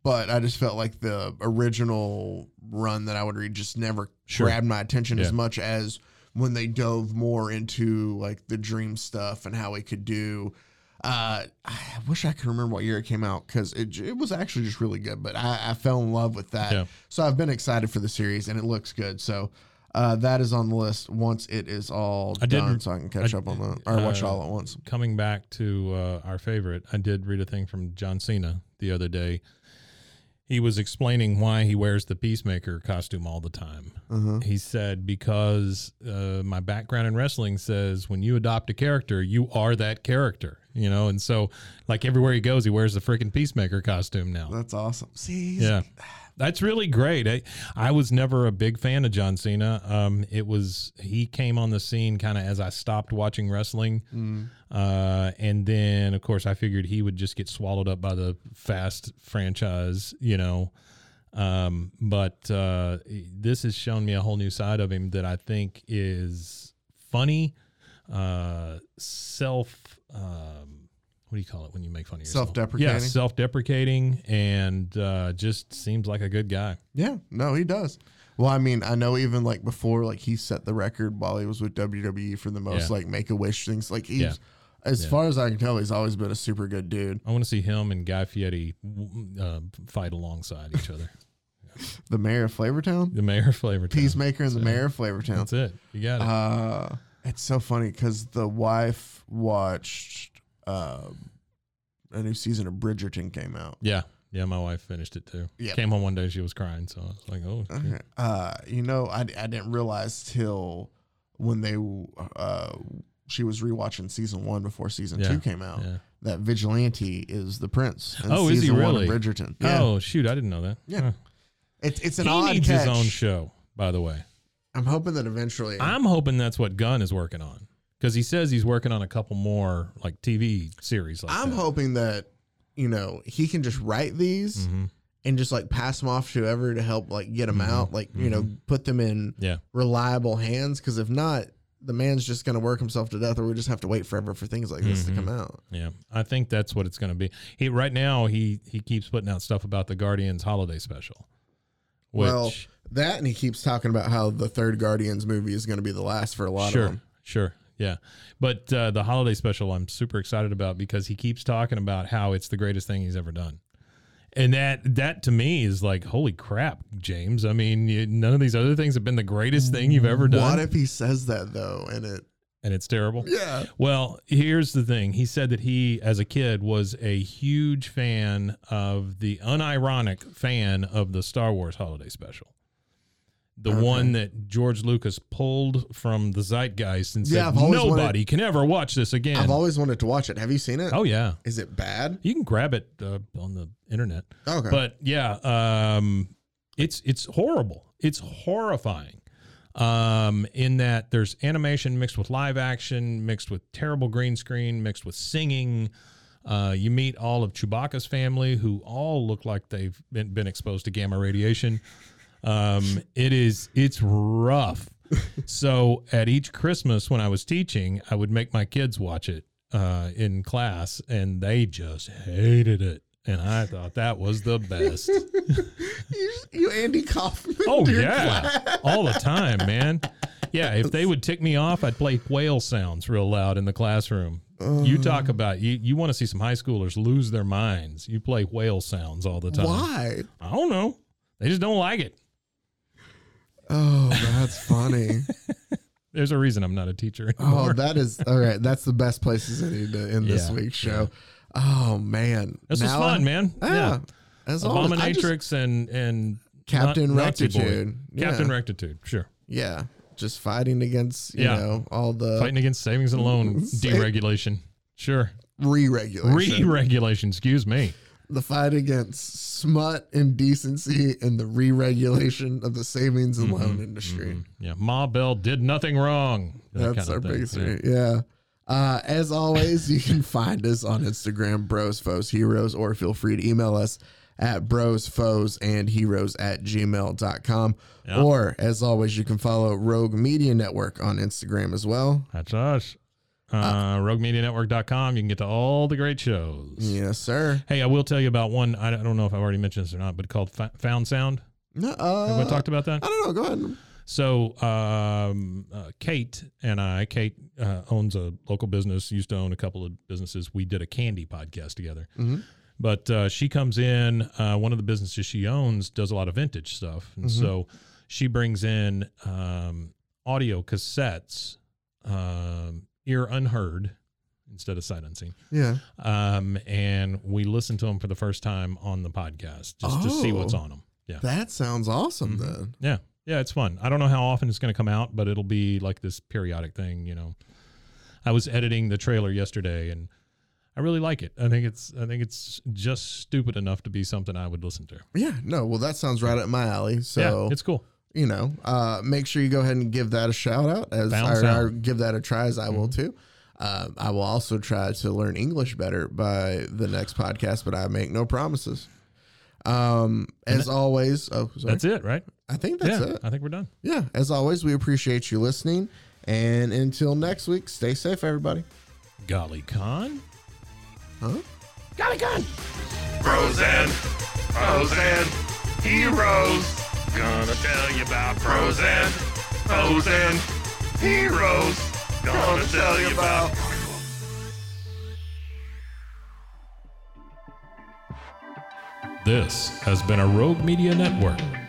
Speaker 3: but I just felt like the original run that I would read just never
Speaker 1: Sure.
Speaker 3: grabbed my attention
Speaker 1: Yeah.
Speaker 3: as much as when they dove more into like the dream stuff and how it could do. Uh, I wish I could remember what year it came out because it, j- it was actually just really good. But I, I fell in love with that,
Speaker 1: Yeah.
Speaker 3: so I've been excited for the series and it looks good. So uh, that is on the list once it is all
Speaker 1: I did-
Speaker 3: done, so I can catch
Speaker 1: I-
Speaker 3: up on that or watch it
Speaker 1: uh,
Speaker 3: all at once.
Speaker 1: Coming back to uh, our favorite, I did read a thing from John Cena the other day. He was explaining why he wears the peacemaker costume all the time.
Speaker 3: Uh-huh.
Speaker 1: He said, "Because uh, my background in wrestling says when you adopt a character, you are that character, you know." And so, like everywhere he goes, he wears the freaking peacemaker costume now.
Speaker 3: That's awesome. See, he's-
Speaker 1: Yeah, that's really great. I, I was never a big fan of John Cena. Um, it was he came on the scene kind of as I stopped watching wrestling, uh, and then of course I figured he would just get swallowed up by the fast franchise, you know. Um, but uh, this has shown me a whole new side of him that I think is funny, uh, self. Um, what do you call it when you make fun of yourself?
Speaker 3: Self-deprecating.
Speaker 1: Yeah, self-deprecating, and uh, just seems like a good guy.
Speaker 3: yeah, no, he does. Well, I mean, I know even like before, like he set the record while he was with WWE for the most
Speaker 1: Yeah.
Speaker 3: like make a wish things. Like he's,
Speaker 1: Yeah.
Speaker 3: as
Speaker 1: Yeah.
Speaker 3: far as I can tell, he's always been a super good dude.
Speaker 1: I want to see him and Guy Fieri w- uh, fight alongside each other.
Speaker 3: The mayor of Flavortown,
Speaker 1: The mayor of Flavortown.
Speaker 3: Peacemaker, and the mayor of Flavortown.
Speaker 1: That's it. You got it.
Speaker 3: Uh, it's so funny because the wife watched uh, a new season of Bridgerton came out.
Speaker 1: yeah, yeah. My wife finished it too.
Speaker 3: Yeah.
Speaker 1: Came home one day, she was crying, so I was like, "Oh, shit.
Speaker 3: Okay. Uh, you know, I, I didn't realize till when they uh, she was rewatching season one before season
Speaker 1: Yeah,
Speaker 3: two came out
Speaker 1: yeah.
Speaker 3: that Vigilante is the prince. in
Speaker 1: Oh, is he
Speaker 3: season one of
Speaker 1: really?
Speaker 3: Bridgerton? Yeah.
Speaker 1: oh, shoot, I didn't know that."
Speaker 3: Yeah.
Speaker 1: Huh.
Speaker 3: It's it's an
Speaker 1: he
Speaker 3: odd
Speaker 1: needs
Speaker 3: catch.
Speaker 1: his own show, by the way.
Speaker 3: I'm hoping that eventually.
Speaker 1: I'm hoping that's what Gunn is working on because he says he's working on a couple more like TV series. Like
Speaker 3: I'm
Speaker 1: that.
Speaker 3: hoping that you know he can just write these
Speaker 1: Mhm.
Speaker 3: and just like pass them off to whoever to help like get them
Speaker 1: Mm-hmm.
Speaker 3: out, like you know put them in
Speaker 1: Yeah,
Speaker 3: reliable hands. Because if not, the man's just gonna work himself to death, or we just have to wait forever for things like this to
Speaker 1: Mm-hmm.
Speaker 3: come out.
Speaker 1: yeah. I think that's what it's going to be. He right now he he keeps putting out stuff about the Guardians holiday special. Which,
Speaker 3: well, that and he keeps talking about how the third Guardians movie is going to be the last for a lot
Speaker 1: sure,
Speaker 3: of them.
Speaker 1: sure. Yeah. But uh, the holiday special, I'm super excited about because he keeps talking about how it's the greatest thing he's ever done. And that, that to me is like, holy crap, James. I mean, you, none of these other things have been the greatest thing you've ever
Speaker 3: What
Speaker 1: done.
Speaker 3: if he says that though? And it,
Speaker 1: and it's terrible.
Speaker 3: yeah,
Speaker 1: Well, here's the thing. He said that he, as a kid, was a huge fan of the unironic fan of the Star Wars holiday special. The
Speaker 3: Okay.
Speaker 1: one that George Lucas pulled from the zeitgeist and
Speaker 3: Yeah,
Speaker 1: said,
Speaker 3: I've always
Speaker 1: nobody can ever watch this again.
Speaker 3: I've always wanted to watch it. Have you seen it?
Speaker 1: oh, yeah.
Speaker 3: Is it bad?
Speaker 1: You can grab it uh, on the internet.
Speaker 3: Okay.
Speaker 1: But yeah, um, it's it's horrible. It's horrifying. Um, in that there's animation mixed with live action, mixed with terrible green screen, mixed with singing. Uh, you meet all of Chewbacca's family, who all look like they've been, been exposed to gamma radiation. Um, it is it's rough. so at each Christmas when I was teaching, I would make my kids watch it uh, in class, and they just hated it. And I thought that was the best.
Speaker 3: you, you Andy Kaufman.
Speaker 1: Oh
Speaker 3: to your
Speaker 1: yeah,
Speaker 3: class.
Speaker 1: all the time, man. Yeah, if they would tick me off, I'd play whale sounds real loud in the classroom. you
Speaker 3: Uh.
Speaker 1: talk about you you want to see some high schoolers lose their minds. You play whale sounds all the time.
Speaker 3: Why?
Speaker 1: I don't know. They just don't like it.
Speaker 3: Oh, that's funny.
Speaker 1: There's a reason I'm not a teacher anymore.
Speaker 3: oh, that is all right. That's the best places I need to end this
Speaker 1: Yeah,
Speaker 3: week's show. Oh man,
Speaker 1: this was
Speaker 3: Now
Speaker 1: fun,
Speaker 3: I-
Speaker 1: man.
Speaker 3: Yeah,
Speaker 1: yeah.
Speaker 3: as always, I just-
Speaker 1: Abominatrix and and
Speaker 3: Captain
Speaker 1: Na- Nazi boy.
Speaker 3: Rectitude.
Speaker 1: Captain
Speaker 3: Yeah.
Speaker 1: Rectitude. Sure.
Speaker 3: yeah, just fighting against you
Speaker 1: Yeah.
Speaker 3: know all the
Speaker 1: Fighting against savings and loan deregulation. Sure.
Speaker 3: re-regulation,
Speaker 1: Re-regulation. Excuse me.
Speaker 3: the fight against smut, indecency, and the re-regulation of the savings
Speaker 1: Mm-hmm.
Speaker 3: and loan industry.
Speaker 1: Mm, Yeah, Ma Bell did nothing wrong. That
Speaker 3: That's
Speaker 1: kind of
Speaker 3: our
Speaker 1: thing.
Speaker 3: biggest
Speaker 1: Yeah.
Speaker 3: thing, Yeah. Uh, as always, you can find us on Instagram, Bros, Foes, Heroes, or feel free to email us at bros, foes, and heroes at gmail.com.
Speaker 1: Yeah.
Speaker 3: Or, as always, you can follow Rogue Media Network on Instagram as well.
Speaker 1: That's us. Uh, RogueMediaNetwork.com. You can get to all the great shows.
Speaker 3: Yes, sir.
Speaker 1: Hey, I will tell you about one. I don't I don't know if I've already mentioned this or not, but called F- Found Sound.
Speaker 3: No,
Speaker 1: Have
Speaker 3: uh,
Speaker 1: we talked about that?
Speaker 3: I don't know. Go ahead.
Speaker 1: So, um, uh, Kate and I, Kate uh, owns a local business, used to own a couple of businesses. We did a candy podcast together.
Speaker 3: Mhm.
Speaker 1: But uh, she comes in, uh, one of the businesses she owns does a lot of vintage stuff. And
Speaker 3: Mhm.
Speaker 1: so she brings in um, audio cassettes, um, ear unheard instead of sight unseen.
Speaker 3: Yeah.
Speaker 1: Um, and we listen to them for the first time on the podcast just to see what's
Speaker 3: Oh.
Speaker 1: on them. Yeah.
Speaker 3: That sounds awesome,
Speaker 1: Mm-hmm.
Speaker 3: then.
Speaker 1: Yeah. Yeah, it's fun. I don't know how often it's going to come out, but it'll be like this periodic thing, you know. I was editing the trailer yesterday and I really like it. I think it's I think it's just stupid enough to be something I would listen to.
Speaker 3: Yeah. No, well, that sounds right up my alley. So,
Speaker 1: yeah, it's cool.
Speaker 3: you know, uh, make sure you go ahead and give that a shout out as
Speaker 1: Found
Speaker 3: or,
Speaker 1: sound.
Speaker 3: or give that a try as I will
Speaker 1: Mm-hmm.
Speaker 3: too. Um, I will also try to learn English better by the next podcast, but I make no promises. Um, as always, oh, sorry.
Speaker 1: That's it, right?
Speaker 3: I think that's
Speaker 1: yeah.
Speaker 3: it.
Speaker 1: I think we're done.
Speaker 3: Yeah. As always, we appreciate you listening. And until next week, stay safe, everybody.
Speaker 1: Golly con.
Speaker 3: Huh?
Speaker 2: Bros and foes and heroes. Gonna tell you about bros and foes and heroes. Gonna tell you about.
Speaker 1: This has been a Rogue Media Network